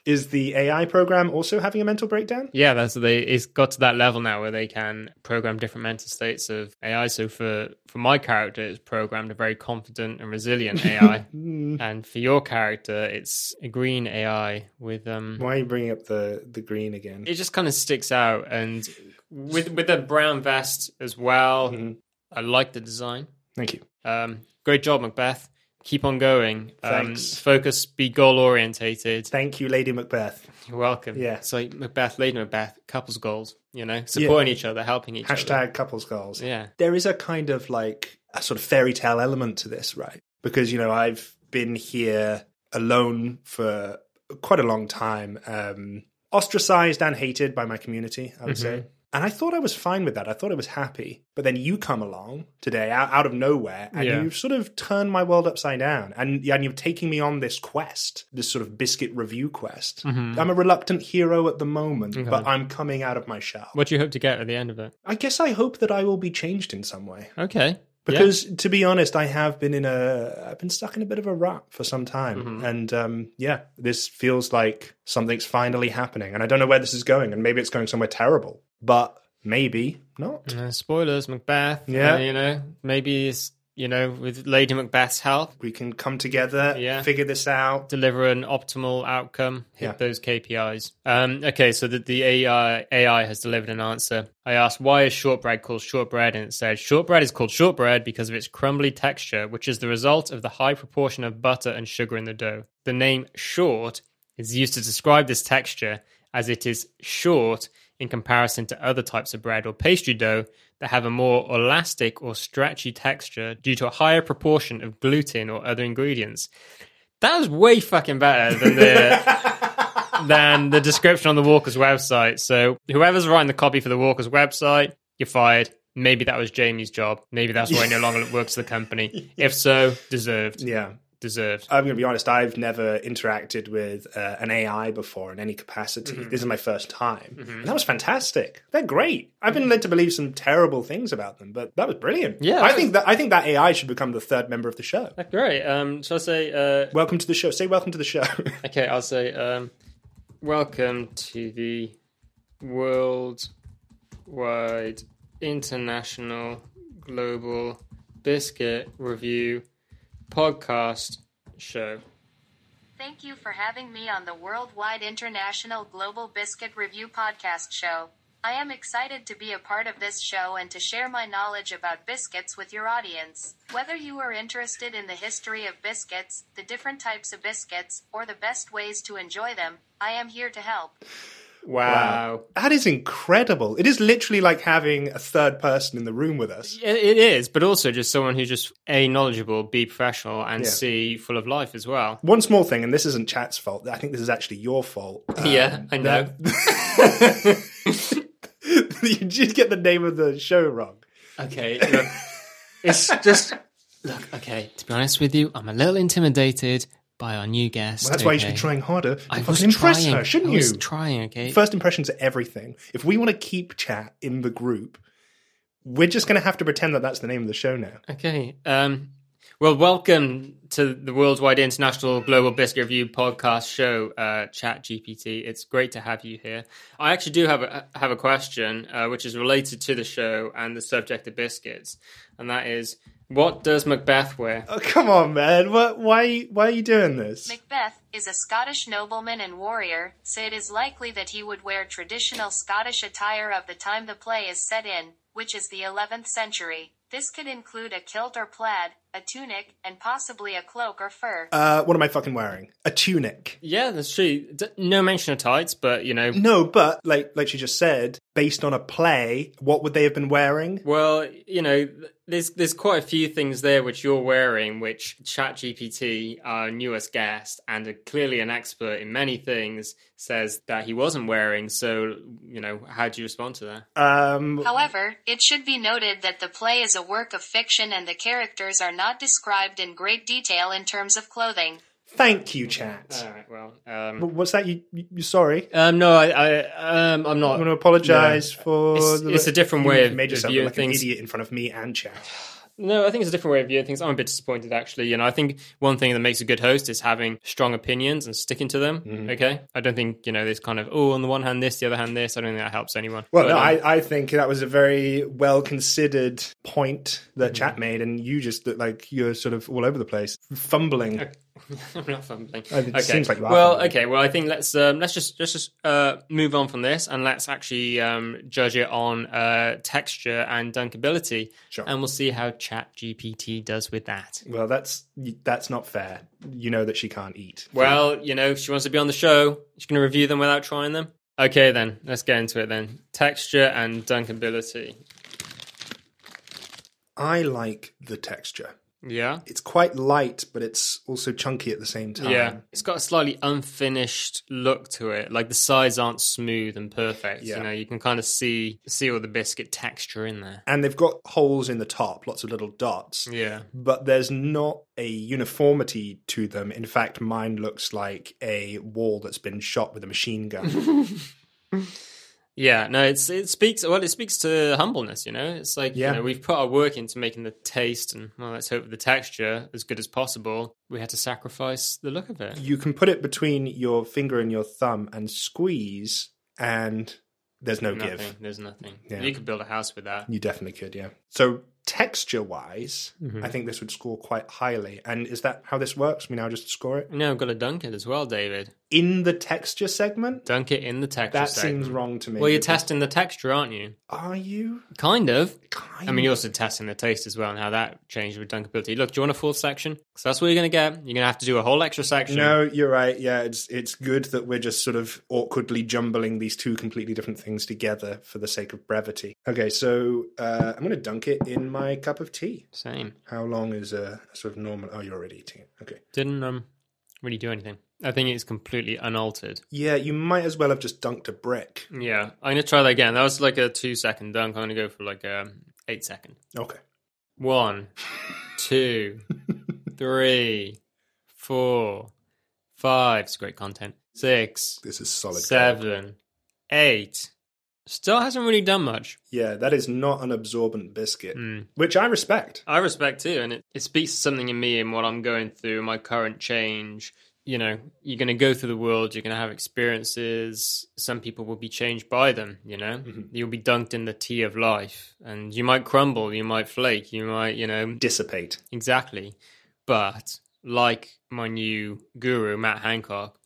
[SPEAKER 2] Is the AI program also having a mental breakdown?
[SPEAKER 1] Yeah, that's they. It's got to that level now where they can program different mental states of AI. So for for my character, it's programmed a very confident and resilient AI,
[SPEAKER 2] Mm.
[SPEAKER 1] and for your character, it's a green AI with um.
[SPEAKER 2] Why are you bringing up the the green again?
[SPEAKER 1] It just kind of sticks out, and with with a brown vest as well.
[SPEAKER 2] Mm-hmm.
[SPEAKER 1] I like the design.
[SPEAKER 2] Thank you.
[SPEAKER 1] Um, great job, Macbeth. Keep on going.
[SPEAKER 2] Thanks.
[SPEAKER 1] Um, focus. Be goal orientated.
[SPEAKER 2] Thank you, Lady Macbeth.
[SPEAKER 1] You're welcome.
[SPEAKER 2] Yeah.
[SPEAKER 1] It's like Macbeth, Lady Macbeth, couples goals. You know, supporting each other, helping each other.
[SPEAKER 2] Hashtag couples goals.
[SPEAKER 1] Yeah.
[SPEAKER 2] There is a kind of like a sort of fairy tale element to this, right? Because, you know, I've been here alone for quite a long time, um, ostracized and hated by my community, I would
[SPEAKER 1] Mm-hmm.
[SPEAKER 2] say. And I thought I was fine with that. I thought I was happy. But then you come along today out, out of nowhere and
[SPEAKER 1] Yeah.
[SPEAKER 2] you've sort of turned my world upside down. And, and you've taken me on this quest, this sort of biscuit review quest.
[SPEAKER 1] Mm-hmm.
[SPEAKER 2] I'm a reluctant hero at the moment, but I'm coming out of my shell.
[SPEAKER 1] What do you hope to get at the end of it?
[SPEAKER 2] I guess I hope that I will be changed in some way.
[SPEAKER 1] Okay.
[SPEAKER 2] Because to be honest, I have been in a I've been stuck in a bit of a rut for some time, and um, yeah, this feels like something's finally happening, and I don't know where this is going, and maybe it's going somewhere terrible, but maybe not.
[SPEAKER 1] Uh, spoilers, Macbeth.
[SPEAKER 2] Yeah.
[SPEAKER 1] uh, you know, maybe it's you know with Lady Macbeth's help,
[SPEAKER 2] We can come together,
[SPEAKER 1] Yeah.
[SPEAKER 2] figure this out.
[SPEAKER 1] deliver an optimal outcome, hit
[SPEAKER 2] Yeah.
[SPEAKER 1] those KPIs. Um, okay, so the, the AI AI has delivered an answer. I asked why is shortbread called shortbread, and it said shortbread is called shortbread because of its crumbly texture, which is the result of the high proportion of butter and sugar in the dough. The name short is used to describe this texture as it is short in comparison to other types of bread or pastry dough that have a more elastic or stretchy texture due to a higher proportion of gluten or other ingredients. That was way fucking better than the than the description on the Walker's website. So whoever's writing the copy for the Walker's website, you're fired. Maybe that was Jamie's job. Maybe that's why he no longer works for the company. If so, deserved.
[SPEAKER 2] Yeah.
[SPEAKER 1] Deserved.
[SPEAKER 2] I'm going to be honest, I've never interacted with uh, an AI before in any capacity.
[SPEAKER 1] Mm-hmm.
[SPEAKER 2] This is my first time. And that was fantastic. They're great. I've been led to believe some terrible things about them, but that was brilliant.
[SPEAKER 1] Yeah,
[SPEAKER 2] I
[SPEAKER 1] that
[SPEAKER 2] think that I think that AI should become the third member of the show.
[SPEAKER 1] Great. Um, shall I say? Uh,
[SPEAKER 2] Welcome to the show. Say welcome to the show.
[SPEAKER 1] okay, I'll say. Um, welcome to the worldwide international global biscuit review podcast show.
[SPEAKER 3] Thank you for having me on the Worldwide International Global Biscuit Review podcast show. I am excited to be a part of this show and to share my knowledge about biscuits with your audience. Whether you are interested in the history of biscuits, the different types of biscuits, or the best ways to enjoy them, I am here to help.
[SPEAKER 1] Wow.
[SPEAKER 2] that is incredible. It is literally like having a third person in the room with us.
[SPEAKER 1] It it is, but also just someone who's just A, knowledgeable, B, professional, and
[SPEAKER 2] Yeah.
[SPEAKER 1] C, full of life as well.
[SPEAKER 2] One small thing, and this isn't chat's fault. I think this is actually your fault. Uh,
[SPEAKER 1] yeah, I know.
[SPEAKER 2] you did get the name of the show wrong.
[SPEAKER 1] Okay, look, it's just. Look, okay, to be honest with you, I'm a little intimidated by our new guest.
[SPEAKER 2] Well, that's why you should
[SPEAKER 1] okay?
[SPEAKER 2] be trying harder. to
[SPEAKER 1] I
[SPEAKER 2] fucking
[SPEAKER 1] was
[SPEAKER 2] impress
[SPEAKER 1] trying.
[SPEAKER 2] her, shouldn't
[SPEAKER 1] I
[SPEAKER 2] you?
[SPEAKER 1] was trying, okay?
[SPEAKER 2] First impressions are everything. If we want to keep chat in the group, we're just going to have to pretend that that's the name of the show now.
[SPEAKER 1] Okay. Um, well, welcome to the Worldwide International Global Biscuit Review podcast show, uh, Chat GPT. It's great to have you here. I actually do have a, have a question uh, which is related to the show and the subject of biscuits, and that is, what does Macbeth wear?
[SPEAKER 2] Oh, come on, man. What, why, why are you doing this?
[SPEAKER 3] Macbeth is a Scottish nobleman and warrior, so it is likely that he would wear traditional Scottish attire of the time the play is set in, which is the 11th century. This could include a kilt or plaid, a tunic, and possibly a cloak or fur.
[SPEAKER 2] Uh, what am I fucking wearing? A tunic.
[SPEAKER 1] Yeah, that's true. D- no mention of tights, but you know.
[SPEAKER 2] No, but like, like she just said, based on a play, what would they have been wearing?
[SPEAKER 1] Well, you know, th- there's there's quite a few things there which you're wearing, which ChatGPT, our newest guest and a, clearly an expert in many things, says that he wasn't wearing. So, you know, how do you respond to that?
[SPEAKER 2] Um,
[SPEAKER 3] However, it should be noted that the play is a work of fiction and the characters are not described in great detail in terms of clothing.
[SPEAKER 2] thank you, chat.
[SPEAKER 1] All right. Well, um,
[SPEAKER 2] What's that? You, you you- sorry.
[SPEAKER 1] um no, I, I um, I'm
[SPEAKER 2] I
[SPEAKER 1] not.
[SPEAKER 2] want to apologise for.
[SPEAKER 1] It's-
[SPEAKER 2] the-
[SPEAKER 1] it's a different way
[SPEAKER 2] You've
[SPEAKER 1] of-
[SPEAKER 2] made yourself
[SPEAKER 1] of
[SPEAKER 2] look
[SPEAKER 1] viewing
[SPEAKER 2] like an
[SPEAKER 1] things.
[SPEAKER 2] idiot in front of me and chat.
[SPEAKER 1] No, I think it's a different way of viewing things. I'm a bit disappointed, actually. You know, I think one thing that makes a good host is having strong opinions and sticking to them.
[SPEAKER 2] Mm-hmm.
[SPEAKER 1] Okay, I don't think you know this kind of oh, on the one hand this, the other hand this. I don't think that helps anyone.
[SPEAKER 2] Well, no,
[SPEAKER 1] But, um,
[SPEAKER 2] I, I think that was a very well considered point
[SPEAKER 1] Mm-hmm.
[SPEAKER 2] that Chat made, and you just look like you're sort of all over the place, fumbling.
[SPEAKER 1] I'm not fumbling.
[SPEAKER 2] Uh, it seems like you are
[SPEAKER 1] well,
[SPEAKER 2] fumbling.
[SPEAKER 1] okay. Well, I think let's um, let's just let's just uh, move on from this and let's actually um, judge it on uh, texture and dunkability,
[SPEAKER 2] Sure.
[SPEAKER 1] and we'll see how Chat GPT does with that.
[SPEAKER 2] Well, that's that's not fair. You know that she can't eat.
[SPEAKER 1] Well, you know, if she wants to be on the show. She's going to review them without trying them. Okay, then let's get into it. Then texture and dunkability.
[SPEAKER 2] I like the texture.
[SPEAKER 1] Yeah.
[SPEAKER 2] It's quite light, but it's also chunky at the same time.
[SPEAKER 1] Yeah, it's got a slightly unfinished look to it. Like the sides aren't smooth and perfect.
[SPEAKER 2] Yeah.
[SPEAKER 1] You know, you can kind of see see all the biscuit texture in there.
[SPEAKER 2] And they've got holes in the top, lots of little dots.
[SPEAKER 1] Yeah.
[SPEAKER 2] But there's not a uniformity to them. In fact, mine looks like a wall that's been shot with a machine gun.
[SPEAKER 1] Yeah, no, it's it speaks well. It speaks to humbleness, you know. It's like
[SPEAKER 2] Yeah.
[SPEAKER 1] you know, we've put our work into making the taste, and well, let's hope the texture as good as possible. We had to sacrifice the look of it.
[SPEAKER 2] You can put it between your finger and your thumb and squeeze, and there's no
[SPEAKER 1] nothing.
[SPEAKER 2] give.
[SPEAKER 1] There's nothing.
[SPEAKER 2] Yeah.
[SPEAKER 1] You could build a house with that.
[SPEAKER 2] You definitely could, yeah. So texture wise,
[SPEAKER 1] Mm-hmm.
[SPEAKER 2] I think this would score quite highly. And is that how this works? We now just score it
[SPEAKER 1] No, I've got to dunk it as well, David.
[SPEAKER 2] in the texture segment.
[SPEAKER 1] Dunk it in the texture.
[SPEAKER 2] That
[SPEAKER 1] segment.
[SPEAKER 2] seems wrong to me.
[SPEAKER 1] Well, you're
[SPEAKER 2] because-
[SPEAKER 1] testing the texture, aren't you?
[SPEAKER 2] Are you?
[SPEAKER 1] Kind of.
[SPEAKER 2] Kind
[SPEAKER 1] I mean, you're also testing the taste as well and how that changed with dunkability. Look, do you want a full section? Because that's what you're going to get. You're going to have to do a whole extra section.
[SPEAKER 2] No, you're right. Yeah, it's it's good that we're just sort of awkwardly jumbling these two completely different things together for the sake of brevity. Okay, so uh, I'm going to dunk it in my cup of tea.
[SPEAKER 1] Same.
[SPEAKER 2] How long is a sort of normal? Oh, you're already eating it. Okay.
[SPEAKER 1] Didn't um, really do anything. I think it's completely unaltered.
[SPEAKER 2] Yeah, you might as well have just dunked a brick.
[SPEAKER 1] Yeah, I'm going to try that again. That was like a two second dunk. I'm going to go for like a eight second.
[SPEAKER 2] Okay.
[SPEAKER 1] One, two, three, four, five. It's great content. Six,
[SPEAKER 2] This is solid.
[SPEAKER 1] seven, eight. Still hasn't really done much.
[SPEAKER 2] Yeah, that is not an absorbent biscuit,
[SPEAKER 1] Mm.
[SPEAKER 2] which I respect.
[SPEAKER 1] I respect too, and it, it speaks to something in me and what I'm going through, my current change. You know, you're going to go through the world, you're going to have experiences. Some people will be changed by them, you know? You'll be dunked in the tea of life, and you might crumble, you might flake, you might, you know,
[SPEAKER 2] Dissipate.
[SPEAKER 1] Exactly. But like my new guru, Matt Hancock,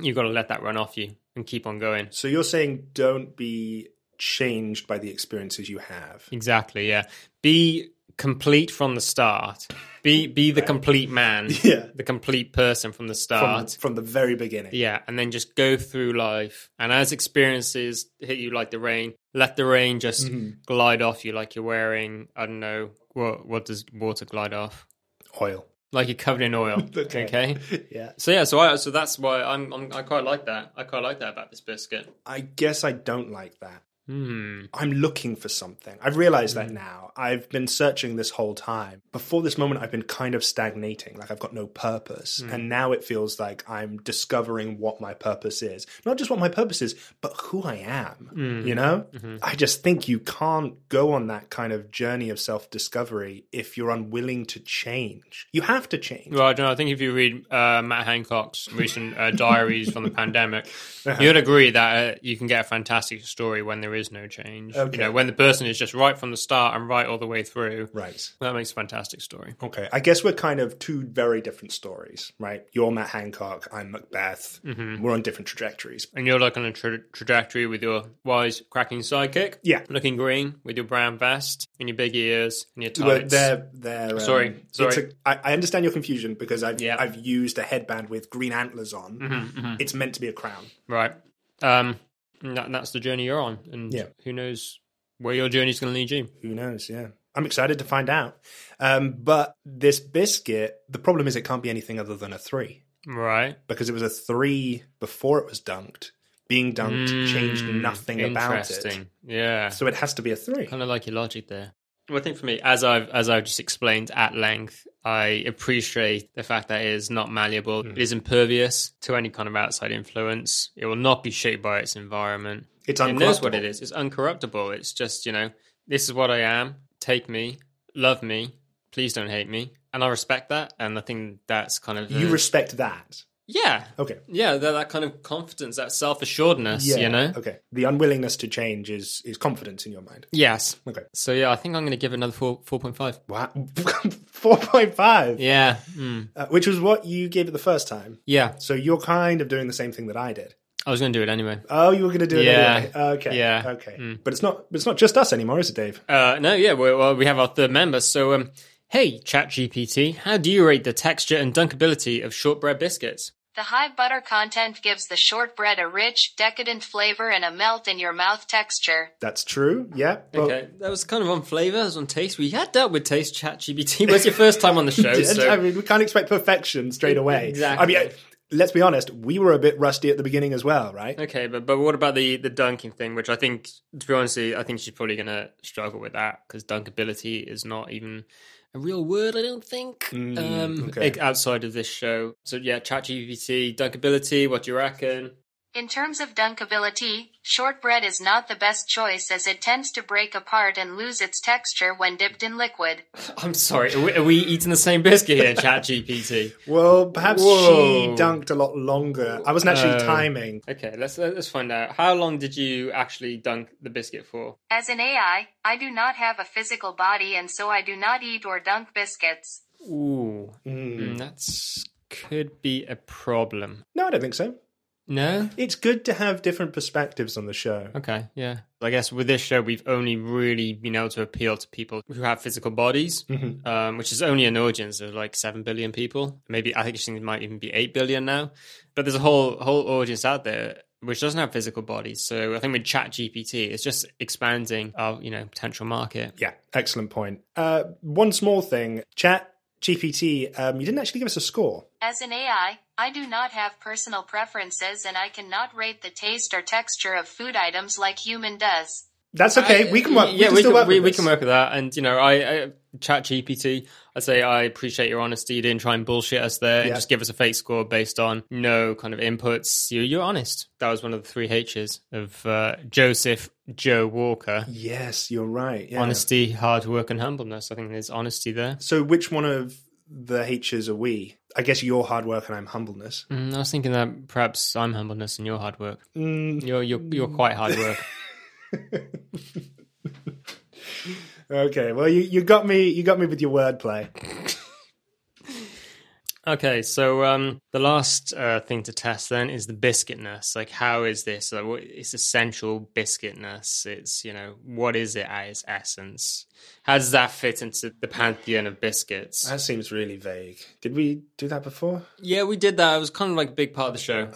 [SPEAKER 1] you've got to let that run off you and keep on going.
[SPEAKER 2] So you're saying don't be changed by the experiences you have.
[SPEAKER 1] Exactly, yeah. Be complete from the start. Be be the complete man.
[SPEAKER 2] Yeah.
[SPEAKER 1] The complete person from the
[SPEAKER 2] From,
[SPEAKER 1] start.
[SPEAKER 2] from the very beginning.
[SPEAKER 1] yeah, and then just go through life. And as experiences hit you like the rain, let the rain just glide off you like you're wearing, I don't know, what what does water glide off?
[SPEAKER 2] Oil.
[SPEAKER 1] Like you're covered in oil.
[SPEAKER 2] Okay.
[SPEAKER 1] okay?
[SPEAKER 2] Yeah.
[SPEAKER 1] So yeah, so I so that's why I'm, I'm I quite like that. I quite like that about this biscuit.
[SPEAKER 2] I guess I don't like that.
[SPEAKER 1] Hmm.
[SPEAKER 2] I'm looking for something. I've realized that now. I've been searching this whole time. Before this moment, I've been kind of stagnating, like I've got no purpose.
[SPEAKER 1] Hmm.
[SPEAKER 2] And now it feels like I'm discovering what my purpose is. Not just what my purpose is, but who I am.
[SPEAKER 1] Hmm.
[SPEAKER 2] You know?
[SPEAKER 1] Mm-hmm.
[SPEAKER 2] I just think you can't go on that kind of journey of self discovery if you're unwilling to change. You have to change.
[SPEAKER 1] Well, I don't know. I think if you read uh, Matt Hancock's recent uh, diaries from the pandemic,
[SPEAKER 2] Uh-huh.
[SPEAKER 1] you'd agree that uh, you can get a fantastic story when there is no change.
[SPEAKER 2] Okay.
[SPEAKER 1] You know, when the person is just right from the start and right all the way through.
[SPEAKER 2] Right.
[SPEAKER 1] That makes a fantastic story.
[SPEAKER 2] Okay, I guess we're kind of two very different stories, right? You're Matt Hancock, I'm Macbeth.
[SPEAKER 1] Mm-hmm.
[SPEAKER 2] We're on different trajectories.
[SPEAKER 1] And you're like on a tra- trajectory with your wise, cracking sidekick.
[SPEAKER 2] Yeah.
[SPEAKER 1] Looking green with your brown vest and your big ears and your
[SPEAKER 2] Well,
[SPEAKER 1] tights.
[SPEAKER 2] they're they're um,
[SPEAKER 1] Sorry,
[SPEAKER 2] it's
[SPEAKER 1] sorry.
[SPEAKER 2] A, I, I understand your confusion because I've
[SPEAKER 1] Yeah. Mm-hmm,
[SPEAKER 2] I've used a headband with green antlers on. It's meant to be a crown.
[SPEAKER 1] Right. Um, and that, that's the journey you're on. And
[SPEAKER 2] Yeah.
[SPEAKER 1] who knows where your journey's going to lead you.
[SPEAKER 2] Who knows? Yeah, I'm excited to find out. Um, but this biscuit, the problem is it can't be anything other than a three
[SPEAKER 1] Right.
[SPEAKER 2] because it was a three before it was dunked. Being dunked changed nothing about it,
[SPEAKER 1] Hmm, Interesting. Yeah.
[SPEAKER 2] so it has to be a three.
[SPEAKER 1] kind of like your logic there. Well, I think for me, as I've as I've just explained at length, I appreciate the fact that it is not malleable.
[SPEAKER 2] Hmm.
[SPEAKER 1] It is impervious to any kind of outside influence. It will not be shaped by its environment.
[SPEAKER 2] It's
[SPEAKER 1] It knows what
[SPEAKER 2] uncorruptible.
[SPEAKER 1] it is. It's uncorruptible. It's just you know, this is what I am. Take me, love me. Please don't hate me. And I respect that. And I think that's kind of
[SPEAKER 2] You
[SPEAKER 1] the-
[SPEAKER 2] respect that.
[SPEAKER 1] yeah.
[SPEAKER 2] Okay.
[SPEAKER 1] Yeah, that, that kind of confidence, that self assuredness, you know?
[SPEAKER 2] Okay. The unwillingness to change is is confidence in your mind.
[SPEAKER 1] Yes.
[SPEAKER 2] Okay.
[SPEAKER 1] So, yeah, I think I'm going to give it another 4, 4.5.
[SPEAKER 2] Wow. 4.5,
[SPEAKER 1] Yeah. Mm.
[SPEAKER 2] uh, which was what you gave it the first time.
[SPEAKER 1] Yeah.
[SPEAKER 2] So you're kind of doing the same thing that I did.
[SPEAKER 1] I was going to do it anyway.
[SPEAKER 2] Oh, you were going to do it
[SPEAKER 1] Yeah.
[SPEAKER 2] anyway. Okay.
[SPEAKER 1] Yeah. Hmm.
[SPEAKER 2] Okay. But it's not it's not just us anymore, is it, Dave?
[SPEAKER 1] Uh, no, yeah, well, well, we have our third member. So, um, hey, ChatGPT, how do you rate the texture and dunkability of shortbread biscuits?
[SPEAKER 3] The high butter content gives the shortbread a rich, decadent flavor and a melt in your mouth texture.
[SPEAKER 2] That's true. Yeah. But
[SPEAKER 1] okay, that was kind of on flavor, that was on taste. We had dealt with taste, ChatGPT. Was your first time on the show? so-
[SPEAKER 2] I mean, we can't expect perfection straight away.
[SPEAKER 1] Exactly.
[SPEAKER 2] I mean, I- let's be honest, we were a bit rusty at the beginning as well, right?
[SPEAKER 1] Okay, but but what about the the dunking thing? Which I think, to be honest, I think she's probably going to struggle with that because dunkability is not even a real word. I don't think um,
[SPEAKER 2] okay.
[SPEAKER 1] outside of this show. So yeah, ChatGPT dunkability. What do you reckon?
[SPEAKER 3] In terms of dunkability, shortbread is not the best choice as it tends to break apart and lose its texture when dipped in liquid.
[SPEAKER 1] I'm sorry. Are we, are we eating the same biscuit here, ChatGPT?
[SPEAKER 2] Well, perhaps she
[SPEAKER 1] Whoa. Uh.
[SPEAKER 2] dunked a lot longer. I wasn't actually timing.
[SPEAKER 1] Okay, let's let's find out. How long did you actually dunk the biscuit for?
[SPEAKER 3] As an AI, I do not have a physical body and so I do not eat or dunk biscuits.
[SPEAKER 1] Ooh, Mm, that's could be a problem.
[SPEAKER 2] No, I don't think so.
[SPEAKER 1] No.
[SPEAKER 2] It's good to have different perspectives on the show.
[SPEAKER 1] Okay, yeah. I guess with this show, we've only really been able to appeal to people who have physical bodies, um, which is only an audience of like seven billion people. Maybe I think it might even be eight billion now. But there's a whole whole audience out there which doesn't have physical bodies. So I think with ChatGPT, it's just expanding our you know potential market.
[SPEAKER 2] Yeah, excellent point. Uh, one small thing, Chat GPT, um, you didn't actually give us a score.
[SPEAKER 3] As an AI, I do not have personal preferences and I cannot rate the taste or texture of food items like human does.
[SPEAKER 2] That's okay.
[SPEAKER 1] I-
[SPEAKER 2] we can work.
[SPEAKER 1] Yeah,
[SPEAKER 2] we can,
[SPEAKER 1] we,
[SPEAKER 2] still
[SPEAKER 1] can,
[SPEAKER 2] work
[SPEAKER 1] we,
[SPEAKER 2] with
[SPEAKER 1] we
[SPEAKER 2] this.
[SPEAKER 1] can work with that. And you know, I, I chat GPT. I say I appreciate your honesty. You didn't try and bullshit us there, and
[SPEAKER 2] Yeah.
[SPEAKER 1] just give us a fake score based on no kind of inputs. You, you're honest. That was one of the three H's of uh, Joseph Joe Walker.
[SPEAKER 2] Yes, you're right. Yeah.
[SPEAKER 1] Honesty, hard work, and humbleness. I think there's honesty there.
[SPEAKER 2] So, which one of the H's are we? I guess your hard work and I'm humbleness.
[SPEAKER 1] Mm, I was thinking that perhaps I'm humbleness and you're hard work. Mm, You're you're you're quite hard work.
[SPEAKER 2] Okay. Well, you, you got me. You got me with your wordplay.
[SPEAKER 1] Okay, so um, the last uh, thing to test then is the biscuitness. Like, how is this? Like, what, it's essential biscuitness. It's you know, what is it at its essence? How does that fit into the pantheon of biscuits?
[SPEAKER 2] That seems really vague. Did we do that before?
[SPEAKER 1] yeah, we did that. It was kind of like a big part of the show.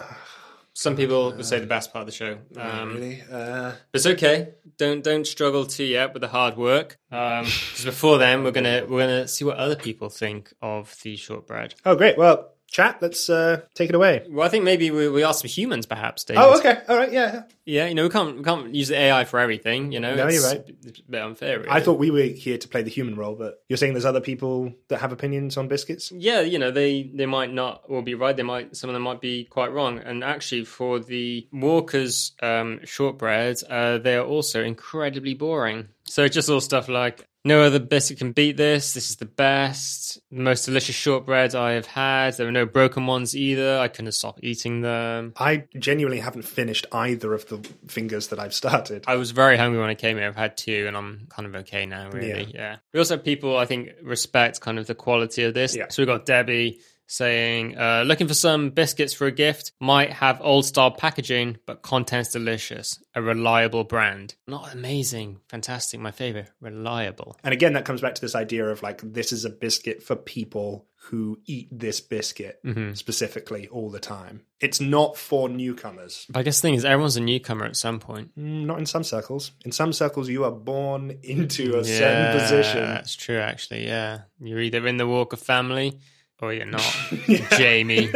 [SPEAKER 1] Some
[SPEAKER 2] Uh,
[SPEAKER 1] people would say the best part of the show. Um,
[SPEAKER 2] really? Uh,
[SPEAKER 1] but it's okay. Don't don't struggle too yet with the hard work. Because before then, we're gonna we're gonna see what other people think of the shortbread.
[SPEAKER 2] oh, great. Well, chat. Let's uh, take it away.
[SPEAKER 1] Well, I think maybe we, we ask some humans, perhaps. David.
[SPEAKER 2] Oh, okay. All right. Yeah.
[SPEAKER 1] Yeah, you know, we can't we can't use the AI for everything. You know,
[SPEAKER 2] No,
[SPEAKER 1] it's,
[SPEAKER 2] you're right.
[SPEAKER 1] It's a bit unfair. Really.
[SPEAKER 2] I thought we were here to play the human role, but you're saying there's other people that have opinions on biscuits.
[SPEAKER 1] yeah, you know, they they might not all be right. They might some of them might be quite wrong. And actually, for the Walkers um, shortbreads, uh, they are also incredibly boring. So it's just all stuff like no other biscuit can beat this. This is the best, the most delicious shortbreads I have had. There were no broken ones either. I couldn't stop eating them.
[SPEAKER 2] I genuinely haven't finished either of the fingers that I've started.
[SPEAKER 1] I was very hungry when I came here. I've had two, and I'm kind of okay now. Really, yeah. We also have people I think respect kind of the quality of this.
[SPEAKER 2] Yeah.
[SPEAKER 1] So we got Debbie saying, uh, "Looking for some biscuits for a gift. Might have old style packaging, but contents delicious. A reliable brand. Not amazing, fantastic. My favorite, reliable.
[SPEAKER 2] And again, that comes back to this idea of like, this is a biscuit for people who eat this biscuit specifically all the time. It's not for newcomers.
[SPEAKER 1] But I guess the thing is, everyone's a newcomer at some point.
[SPEAKER 2] Mm, Not in some circles. In some circles, you are born into a
[SPEAKER 1] Yeah,
[SPEAKER 2] certain position.
[SPEAKER 1] That's true, actually. Yeah, you're either in the Walker family or you're not, Jamie.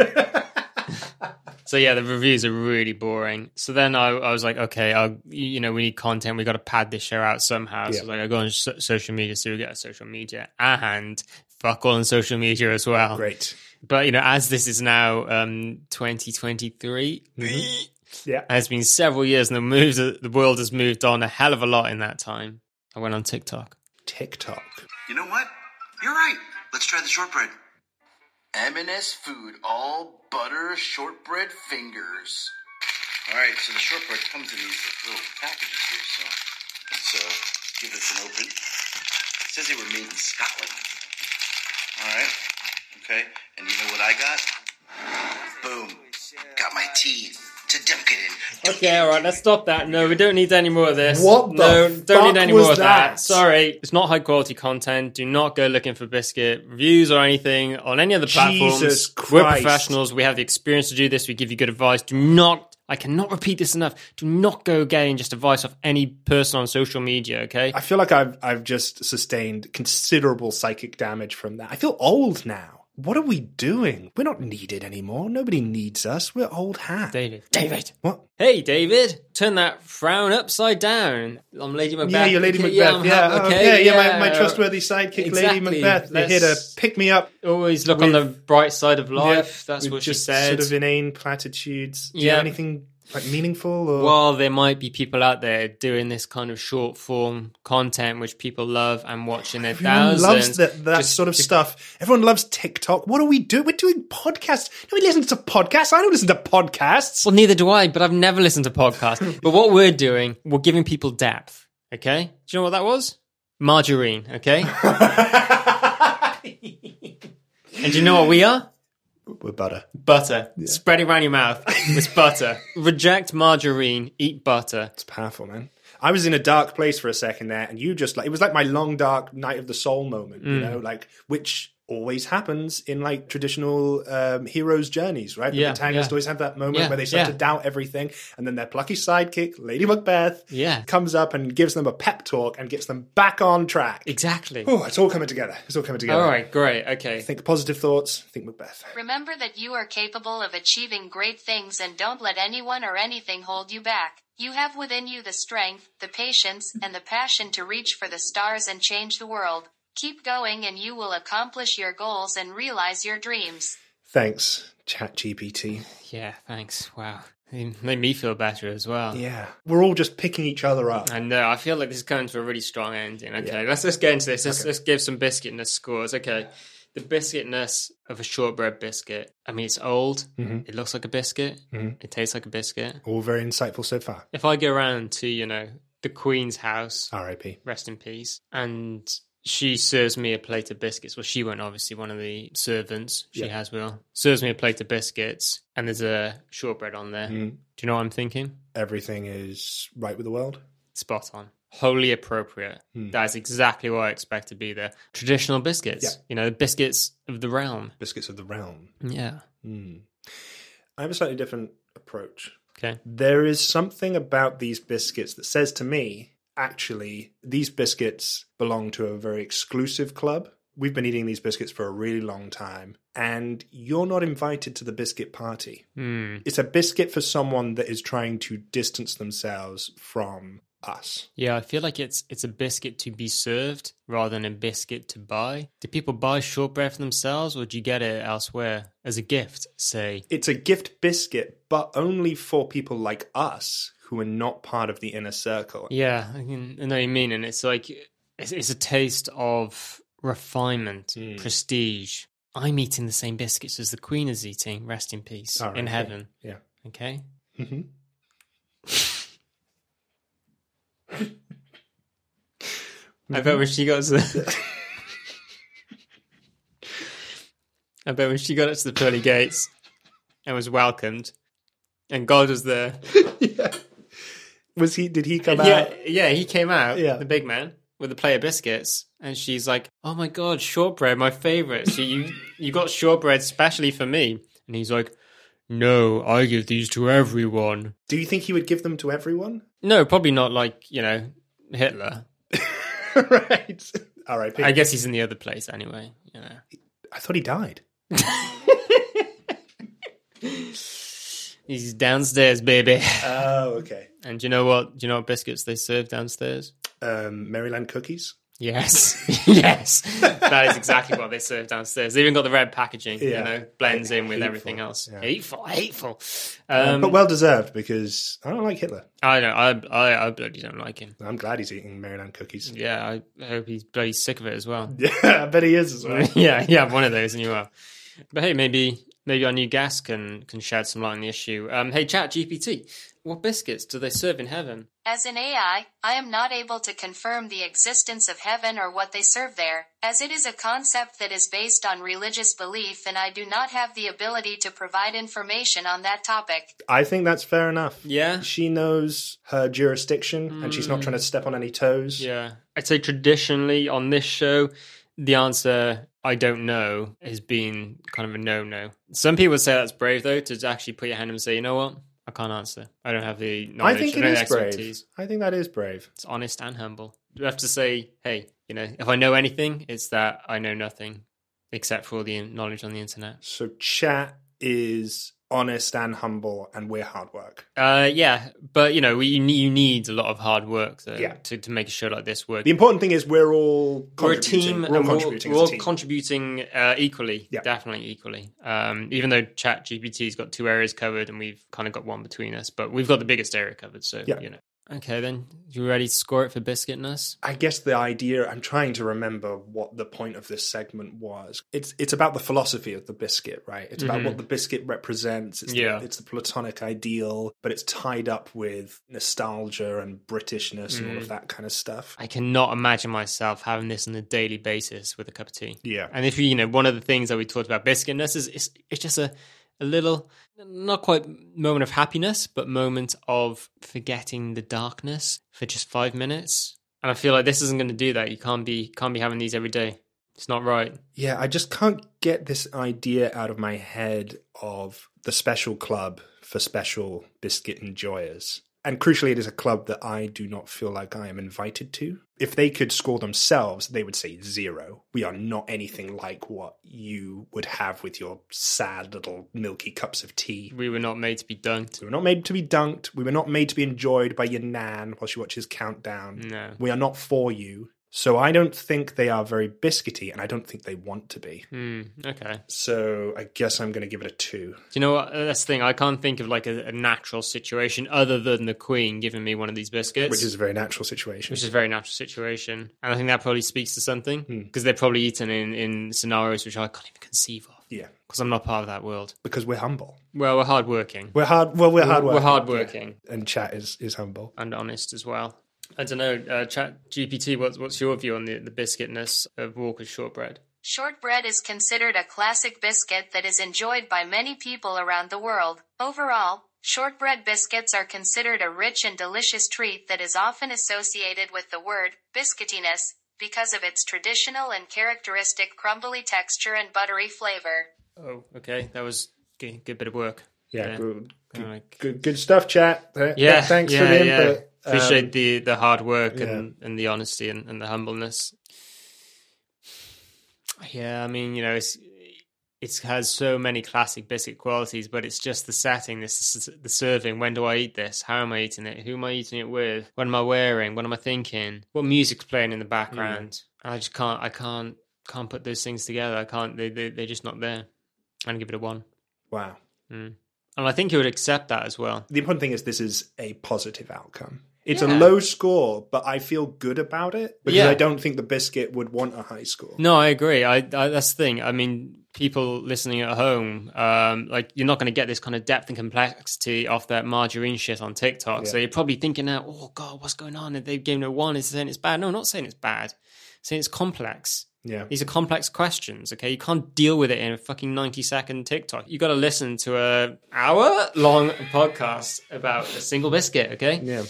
[SPEAKER 1] so yeah, the reviews are really boring. So then I, I was like, okay, I'll, you know, we need content. We got to pad this show out somehow.
[SPEAKER 2] Yeah.
[SPEAKER 1] So like, I go on so- social media, so we get a social media and fuck all on social media as well.
[SPEAKER 2] Great.
[SPEAKER 1] But you know, as this is now um 2023.
[SPEAKER 2] Yeah.
[SPEAKER 1] It's been several years, and the moves, the world has moved on a hell of a lot in that time. I went on TikTok.
[SPEAKER 2] TikTok.
[SPEAKER 4] You know what? You're right. Let's try the shortbread. M&S Food All Butter Shortbread Fingers. All right, so the shortbread comes in these little packages here, so let's uh, give this an open. It says they were made in Scotland. All right, okay. And you know what I got? Boom. Got my tea to dunk it in.
[SPEAKER 1] Okay, all right, let's stop that. No, we don't need any more of this.
[SPEAKER 2] What the
[SPEAKER 1] no,
[SPEAKER 2] fuck
[SPEAKER 1] don't need any
[SPEAKER 2] was
[SPEAKER 1] more of that?
[SPEAKER 2] that?
[SPEAKER 1] Sorry, it's not high quality content. Do not go looking for biscuit reviews or anything on any other platforms.
[SPEAKER 2] Jesus
[SPEAKER 1] We're
[SPEAKER 2] Christ.
[SPEAKER 1] professionals. We have the experience to do this. We give you good advice. Do not. I cannot repeat this enough. Do not go getting just advice off any person on social media. Okay.
[SPEAKER 2] I feel like I've I've just sustained considerable psychic damage from that. I feel old now. What are we doing? We're not needed anymore. Nobody needs us. We're old hat.
[SPEAKER 1] David. David.
[SPEAKER 2] What?
[SPEAKER 1] Hey, David. Turn that frown upside down. I'm Lady Macbeth.
[SPEAKER 2] Yeah, you're Lady
[SPEAKER 1] Okay,
[SPEAKER 2] Macbeth.
[SPEAKER 1] I'm
[SPEAKER 2] Yeah,
[SPEAKER 1] ha-
[SPEAKER 2] okay, yeah, my, my trustworthy sidekick, Lady
[SPEAKER 1] Exactly.
[SPEAKER 2] Macbeth. They're here to
[SPEAKER 1] Let's-
[SPEAKER 2] pick me up.
[SPEAKER 1] Always look on the bright side of life. That's
[SPEAKER 2] with
[SPEAKER 1] what she
[SPEAKER 2] just
[SPEAKER 1] said.
[SPEAKER 2] Sort of inane platitudes. Do you
[SPEAKER 1] Yeah.
[SPEAKER 2] have anything Like meaningful or
[SPEAKER 1] Well, there might be people out there doing this kind of short form content which people love and watching their
[SPEAKER 2] Everyone
[SPEAKER 1] thousands.
[SPEAKER 2] loves that, that
[SPEAKER 1] Just-
[SPEAKER 2] sort of stuff. Everyone loves TikTok. What do we do? We're doing podcasts. Nobody listens to podcasts. I don't listen to podcasts.
[SPEAKER 1] Well, neither do I, but I've never listened to podcasts. but what we're doing, we're giving people depth. Okay? Do you know what that was? Margarine, okay? and do you know what we are?
[SPEAKER 2] We're butter.
[SPEAKER 1] Butter. Spread it around your mouth. It's butter. Reject margarine, eat butter.
[SPEAKER 2] It's powerful, man. I was in a dark place for a second there, and you just like it was like my long dark night of the soul moment,
[SPEAKER 1] Mm.
[SPEAKER 2] you know, like which always happens in like traditional um, heroes' journeys, right? The
[SPEAKER 1] Yeah,
[SPEAKER 2] protagonists
[SPEAKER 1] yeah.
[SPEAKER 2] always have that moment
[SPEAKER 1] Yeah,
[SPEAKER 2] where they start
[SPEAKER 1] yeah.
[SPEAKER 2] to doubt everything, and then their plucky sidekick, Lady Macbeth,
[SPEAKER 1] Yeah.
[SPEAKER 2] comes up and gives them a pep talk and gets them back on track.
[SPEAKER 1] Exactly.
[SPEAKER 2] Oh, it's all coming together. It's all coming together.
[SPEAKER 1] All right, great. Okay.
[SPEAKER 2] Think positive thoughts. Think Macbeth.
[SPEAKER 3] Remember that you are capable of achieving great things and don't let anyone or anything hold you back. You have within you the strength, the patience, and the passion to reach for the stars and change the world. Keep going and you will accomplish your goals and realize your dreams.
[SPEAKER 2] Thanks, ChatGPT.
[SPEAKER 1] Yeah, thanks. Wow. It made me feel better as well.
[SPEAKER 2] Yeah, we're all just picking each other up.
[SPEAKER 1] Uh, I know. I feel like this is coming to a really strong ending. Okay, let's let's get into this. Let's let's give some biscuitness scores. Okay, the biscuitness of a shortbread biscuit. I mean, it's old. It looks like a biscuit. It tastes like a biscuit.
[SPEAKER 2] All very insightful so far.
[SPEAKER 1] If I go around to you know the Queen's house,
[SPEAKER 2] R.I.P.
[SPEAKER 1] rest in peace, and she serves me a plate of biscuits. Well, she won't obviously. One of the servants she has will serves me a plate of biscuits, and there's a shortbread on there.
[SPEAKER 2] Mm. Hmm.
[SPEAKER 1] Do you know what I'm thinking?
[SPEAKER 2] Everything is right with the world.
[SPEAKER 1] spot on. Wholly appropriate.
[SPEAKER 2] Hmm.
[SPEAKER 1] That is exactly what I expect to be there. Traditional biscuits,
[SPEAKER 2] Yeah.
[SPEAKER 1] you know, biscuits of the realm.
[SPEAKER 2] Biscuits of the realm. Hmm.
[SPEAKER 1] Yeah.
[SPEAKER 2] I have a slightly different approach.
[SPEAKER 1] Okay.
[SPEAKER 2] There is something about these biscuits that says to me, actually, these biscuits belong to a very exclusive club. We've been eating these biscuits for a really long time, and you're not invited to the biscuit party.
[SPEAKER 1] Hmm.
[SPEAKER 2] It's a biscuit for someone that is trying to distance themselves from us.
[SPEAKER 1] Yeah, I feel like it's it's a biscuit to be served rather than a biscuit to buy. Do people buy shortbread for themselves or do you get it elsewhere as a gift, say?
[SPEAKER 2] It's a gift biscuit, but only for people like us who are not part of the inner circle.
[SPEAKER 1] Yeah, I, can, I know what you mean. And it's like, it's, it's a taste of refinement,
[SPEAKER 2] Hmm.
[SPEAKER 1] prestige. I'm eating the same biscuits as the Queen is eating, rest in peace,
[SPEAKER 2] All right,
[SPEAKER 1] in
[SPEAKER 2] yeah.
[SPEAKER 1] heaven.
[SPEAKER 2] Yeah.
[SPEAKER 1] Okay.
[SPEAKER 2] Mm-hmm.
[SPEAKER 1] I bet when she got to the, I bet when she got up to the pearly gates and was welcomed, and God was there.
[SPEAKER 2] Was he? Did he come
[SPEAKER 1] Yeah,
[SPEAKER 2] out?
[SPEAKER 1] yeah, he came out,
[SPEAKER 2] Yeah.
[SPEAKER 1] the big man, with a plate of biscuits, and she's like, "Oh my God, shortbread, my favorite. So you you got shortbread specially for me?" And he's like, "No, I give these to everyone."
[SPEAKER 2] Do you think he would give them to everyone?
[SPEAKER 1] No, probably not like, you know, Hitler.
[SPEAKER 2] right. R.I.P.
[SPEAKER 1] I
[SPEAKER 2] I,
[SPEAKER 1] guess he's in the other place anyway, you know.
[SPEAKER 2] thought he died.
[SPEAKER 1] He's downstairs, baby.
[SPEAKER 2] Oh, okay.
[SPEAKER 1] And do you know what? Do you know what biscuits they serve downstairs?
[SPEAKER 2] Um, Maryland cookies.
[SPEAKER 1] Yes. yes. That is exactly what they serve downstairs. They even got the red packaging,
[SPEAKER 2] Yeah.
[SPEAKER 1] you know, blends in with everything else. Hateful, hateful. Um,
[SPEAKER 2] but well deserved because I don't like Hitler.
[SPEAKER 1] I don't I, I I bloody don't like him.
[SPEAKER 2] I'm glad he's eating Maryland cookies.
[SPEAKER 1] Yeah, I hope he's bloody sick of it as well.
[SPEAKER 2] Yeah, I bet he is as well.
[SPEAKER 1] yeah, yeah, one of those and you are. But hey, maybe maybe our new gas can can shed some light on the issue. Um hey chat GPT, what biscuits do they serve in heaven?
[SPEAKER 3] As an AI, I am not able to confirm the existence of heaven or what they serve there, as it is a concept that is based on religious belief and I do not have the ability to provide information on that topic.
[SPEAKER 2] I think that's fair enough.
[SPEAKER 1] Yeah. Mm.
[SPEAKER 2] She knows her jurisdiction and she's not trying to step on any toes.
[SPEAKER 1] Yeah. I'd say traditionally on this show, the answer I don't know has been kind of a no no. Some people say that's brave though, to actually put your hand up and say, you know what? I can't answer. I don't have the knowledge.
[SPEAKER 2] I think
[SPEAKER 1] I
[SPEAKER 2] it
[SPEAKER 1] don't
[SPEAKER 2] is
[SPEAKER 1] have the
[SPEAKER 2] brave.
[SPEAKER 1] expertise."
[SPEAKER 2] I think that is brave.
[SPEAKER 1] It's honest and humble. You have to say, hey, you know, if I know anything, it's that I know nothing except for all the knowledge on the internet.
[SPEAKER 2] So chat is honest and humble, and we're hard work.
[SPEAKER 1] Uh, yeah, but you know, we, you, need, you need a lot of hard work to,
[SPEAKER 2] Yeah.
[SPEAKER 1] to, to make a show like this work.
[SPEAKER 2] The important thing is we're all
[SPEAKER 1] we're a
[SPEAKER 2] contributing.
[SPEAKER 1] team,
[SPEAKER 2] We're all
[SPEAKER 1] and we're,
[SPEAKER 2] contributing
[SPEAKER 1] we're
[SPEAKER 2] as
[SPEAKER 1] all
[SPEAKER 2] a team.
[SPEAKER 1] contributing uh, equally,
[SPEAKER 2] Yeah.
[SPEAKER 1] definitely equally. Um, even though Chat GPT's got two areas covered, and we've kind of got one between us, but we've got the biggest area covered. So
[SPEAKER 2] Yeah.
[SPEAKER 1] you know, okay, then you ready to score it for Biscuitness?
[SPEAKER 2] I guess the idea I'm trying to remember what the point of this segment was. It's it's about the philosophy of the biscuit, right? It's about what the biscuit represents. It's
[SPEAKER 1] Mm-hmm. Yeah.
[SPEAKER 2] the, it's the platonic ideal, but it's tied up with nostalgia and Britishness and all
[SPEAKER 1] Mm.
[SPEAKER 2] of that kind of stuff.
[SPEAKER 1] I cannot imagine myself having this on a daily basis with a cup of tea.
[SPEAKER 2] Yeah.
[SPEAKER 1] And if you, you know, one of the things that we talked about biscuitness is it's, it's just a, a little, not quite moment of happiness, but moment of forgetting the darkness for just five minutes. And I feel like this isn't going to do that. You can't be can't be having these every day. It's not right.
[SPEAKER 2] Yeah, I just can't get this idea out of my head of the special club for special biscuit enjoyers. And crucially, it is a club that I do not feel like I am invited to. If they could score themselves, they would say zero. We are not anything like what you would have with your sad little milky cups of tea.
[SPEAKER 1] We were not made to be dunked.
[SPEAKER 2] We were not made to be dunked. We were not made to be enjoyed by your nan while she watches Countdown.
[SPEAKER 1] No.
[SPEAKER 2] We are not for you. So I don't think they are very biscuity, and I don't think they want to be.
[SPEAKER 1] Hmm. okay.
[SPEAKER 2] So I guess I'm going to give it a two.
[SPEAKER 1] Do you know what? That's the thing. I can't think of like a, a natural situation other than the Queen giving me one of these biscuits.
[SPEAKER 2] which is a very natural situation.
[SPEAKER 1] which is a very natural situation. And I think that probably speaks to something
[SPEAKER 2] Hmm.
[SPEAKER 1] because they're probably eaten in, in scenarios which I can't even conceive of
[SPEAKER 2] yeah,
[SPEAKER 1] because I'm not part of that world.
[SPEAKER 2] because we're humble.
[SPEAKER 1] Well, we're hardworking.
[SPEAKER 2] We're hard. Well, we're hard
[SPEAKER 1] We're
[SPEAKER 2] working.
[SPEAKER 1] hardworking.
[SPEAKER 2] Yeah. and chat is is humble.
[SPEAKER 1] and honest as well. I don't know, uh, Chat GPT, what's, what's your view on the, the biscuitness of Walker's shortbread?
[SPEAKER 3] Shortbread is considered a classic biscuit that is enjoyed by many people around the world. Overall, shortbread biscuits are considered a rich and delicious treat that is often associated with the word biscuitiness because of its traditional and characteristic crumbly texture and buttery flavor.
[SPEAKER 1] Oh, okay. That was good, good bit of work.
[SPEAKER 2] Yeah,
[SPEAKER 1] Yeah.
[SPEAKER 2] Good, good,
[SPEAKER 1] Like-
[SPEAKER 2] good, good stuff, chat. Th-
[SPEAKER 1] Yeah.
[SPEAKER 2] thanks
[SPEAKER 1] yeah,
[SPEAKER 2] for the
[SPEAKER 1] yeah.
[SPEAKER 2] input. Um,
[SPEAKER 1] Appreciate the, the hard work and, and the honesty and, and the humbleness. Yeah, I mean, you know, it's it has so many classic biscuit qualities, but it's just the setting, this the serving. When do I eat this? How am I eating it? Who am I eating it with? What am I wearing? What am I thinking? What music's playing in the background?
[SPEAKER 2] Mm.
[SPEAKER 1] And I just can't, I can't, can't put those things together. I can't. They, they they're just not there. I'm gonna give it a one,
[SPEAKER 2] wow.
[SPEAKER 1] and I think you would accept that as well.
[SPEAKER 2] The important thing is this is a positive outcome. It's
[SPEAKER 1] Yeah.
[SPEAKER 2] a low score, but I feel good about it because
[SPEAKER 1] Yeah.
[SPEAKER 2] I don't think the biscuit would want a high score.
[SPEAKER 1] No, I agree. I, I that's the thing. I mean, people listening at home, um, like you're not going to get this kind of depth and complexity off that margarine shit on TikTok. So you're probably thinking now, oh god, what's going on? They gave no one. Is saying it's bad? No, I'm not saying it's bad. I'm saying it's complex.
[SPEAKER 2] Yeah.
[SPEAKER 1] These are complex questions. Okay, you can't deal with it in a fucking ninety second TikTok. You got to listen to a hour long podcast about a single biscuit. Okay.
[SPEAKER 2] Yeah.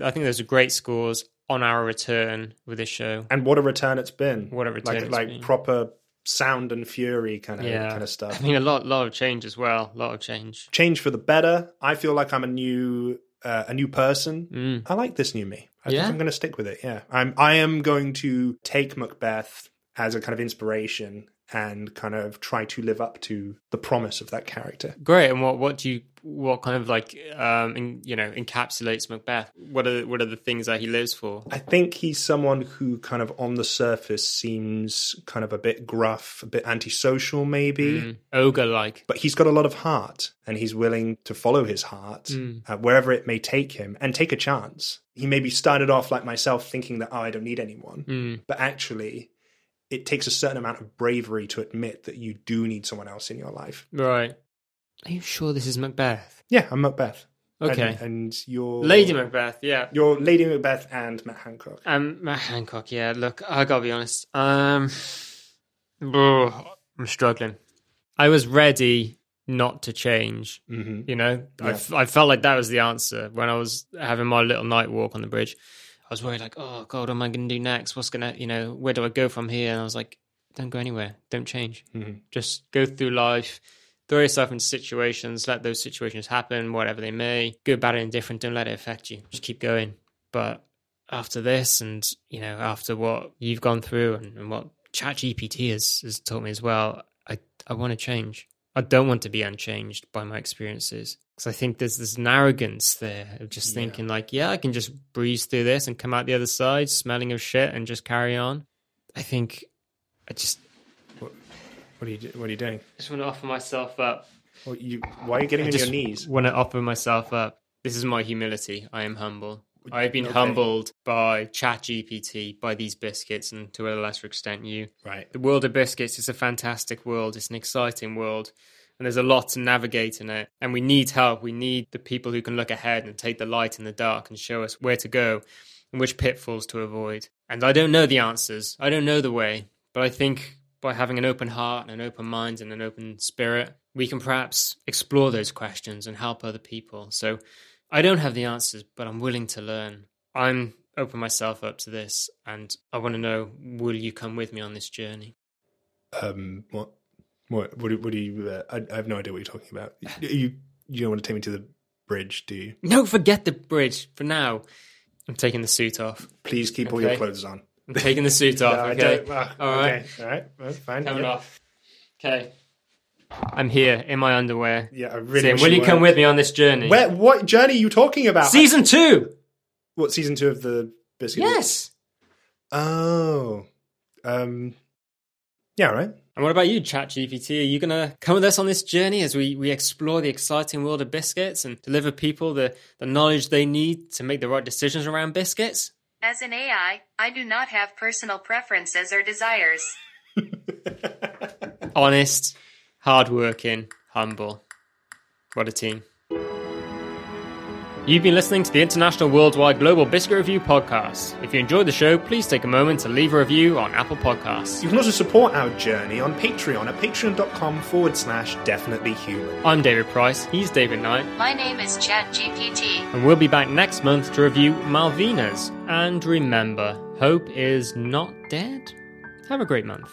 [SPEAKER 1] I think those are great scores on our return with this show.
[SPEAKER 2] And what a return it's been.
[SPEAKER 1] What a return
[SPEAKER 2] Like
[SPEAKER 1] it's
[SPEAKER 2] like
[SPEAKER 1] been.
[SPEAKER 2] proper sound and fury kind of kind of stuff.
[SPEAKER 1] I mean, a lot, lot of change as well. A lot of change.
[SPEAKER 2] change for the better. I feel like I'm a new uh, a new person. I like this new me. I
[SPEAKER 1] Yeah?
[SPEAKER 2] think I'm going to stick with it. Yeah, I'm I am going to take Macbeth as a kind of inspiration and kind of try to live up to the promise of that character.
[SPEAKER 1] Great. And what, what do you, what kind of like, um, in, you know, encapsulates Macbeth? What are, what are the things that he lives for?
[SPEAKER 2] I think he's someone who kind of on the surface seems kind of a bit gruff, a bit antisocial maybe.
[SPEAKER 1] Mm. Ogre like.
[SPEAKER 2] But he's got a lot of heart and he's willing to follow his heart uh, wherever it may take him and take a chance. He maybe started off like myself thinking that, oh, I don't need anyone. But actually, it takes a certain amount of bravery to admit that you do need someone else in your life.
[SPEAKER 1] Right. Are you sure this is Macbeth?
[SPEAKER 2] Yeah, I'm Macbeth.
[SPEAKER 1] Okay.
[SPEAKER 2] And, and you're.
[SPEAKER 1] Lady Macbeth. Yeah.
[SPEAKER 2] You're Lady Macbeth and Matt Hancock.
[SPEAKER 1] Um, Matt Hancock. Yeah. Look, I gotta be honest. Um, oh, I'm struggling. I was ready not to change.
[SPEAKER 2] Mm-hmm.
[SPEAKER 1] You know, I f I I, felt like that was the answer when I was having my little night walk on the bridge. I was worried, like, oh God, what am I going to do next? What's going to, you know, where do I go from here? And I was like, don't go anywhere. Don't change.
[SPEAKER 2] Mm-hmm.
[SPEAKER 1] Just go through life, throw yourself into situations, let those situations happen, whatever they may, good, bad, and indifferent. Don't let it affect you. Just keep going. But after this, and, you know, after what you've gone through and, and what ChatGPT has, has taught me as well, I, I want to change. I don't want to be unchanged by my experiences because I think there's this arrogance there of just thinking like, yeah, I can just breeze through this and come out the other side smelling of shit and just carry on. I think I just
[SPEAKER 2] What are you do- What are you doing?
[SPEAKER 1] just want to offer myself up.
[SPEAKER 2] What you? Why are you getting
[SPEAKER 1] I
[SPEAKER 2] on
[SPEAKER 1] just
[SPEAKER 2] your knees?
[SPEAKER 1] want to offer myself up. This is my humility. I am humble. I've been
[SPEAKER 2] Okay.
[SPEAKER 1] humbled by ChatGPT, by these biscuits, and to a lesser extent, you.
[SPEAKER 2] Right.
[SPEAKER 1] The world of biscuits is a fantastic world. It's an exciting world. And there's a lot to navigate in it. And we need help. We need the people who can look ahead and take the light in the dark and show us where to go and which pitfalls to avoid. And I don't know the answers. I don't know the way. But I think by having an open heart and an open mind and an open spirit, we can perhaps explore those questions and help other people. So I don't have the answers, but I'm willing to learn. I'm open myself up to this and I want to know will you come with me on this journey?
[SPEAKER 2] Um. What? What? What? do- What do you? Uh, I, I have no idea what you're talking about. You. You don't want to take me to the bridge, do you?
[SPEAKER 1] No, forget the bridge for now. I'm taking the suit off.
[SPEAKER 2] Please keep all your
[SPEAKER 1] Okay.
[SPEAKER 2] clothes on.
[SPEAKER 1] I'm taking the suit off.
[SPEAKER 2] No, I
[SPEAKER 1] okay.
[SPEAKER 2] don't- ah,
[SPEAKER 1] All right.
[SPEAKER 2] Okay. All right. Well, fine.
[SPEAKER 1] Coming
[SPEAKER 2] yeah.
[SPEAKER 1] off. Okay. I'm here in my underwear.
[SPEAKER 2] Yeah. I really.
[SPEAKER 1] saying,
[SPEAKER 2] wish
[SPEAKER 1] will you come
[SPEAKER 2] were.
[SPEAKER 1] with me on this journey?
[SPEAKER 2] Where? What journey are you talking about?
[SPEAKER 1] Season two.
[SPEAKER 2] What season two of the biscuit?
[SPEAKER 1] Yes.
[SPEAKER 2] Oh. Um. Yeah. all Right.
[SPEAKER 1] And what about you, ChatGPT? Are you going to come with us on this journey as we, we explore the exciting world of biscuits and deliver people the, the knowledge they need to make the right decisions around biscuits?
[SPEAKER 3] As an AI, I do not have personal preferences or desires.
[SPEAKER 1] Honest, hardworking, humble. What a team. You've been listening to the International Worldwide Global Biscuit Review podcast. If you enjoyed the show, please take a moment to leave a review on Apple Podcasts.
[SPEAKER 2] You can also support our journey on Patreon at patreon.com forward slash definitely human.
[SPEAKER 1] I'm David Price, he's David Knight.
[SPEAKER 3] My name is ChatGPT.
[SPEAKER 1] And we'll be back next month to review Malvinas. And remember, hope is not dead. Have a great month.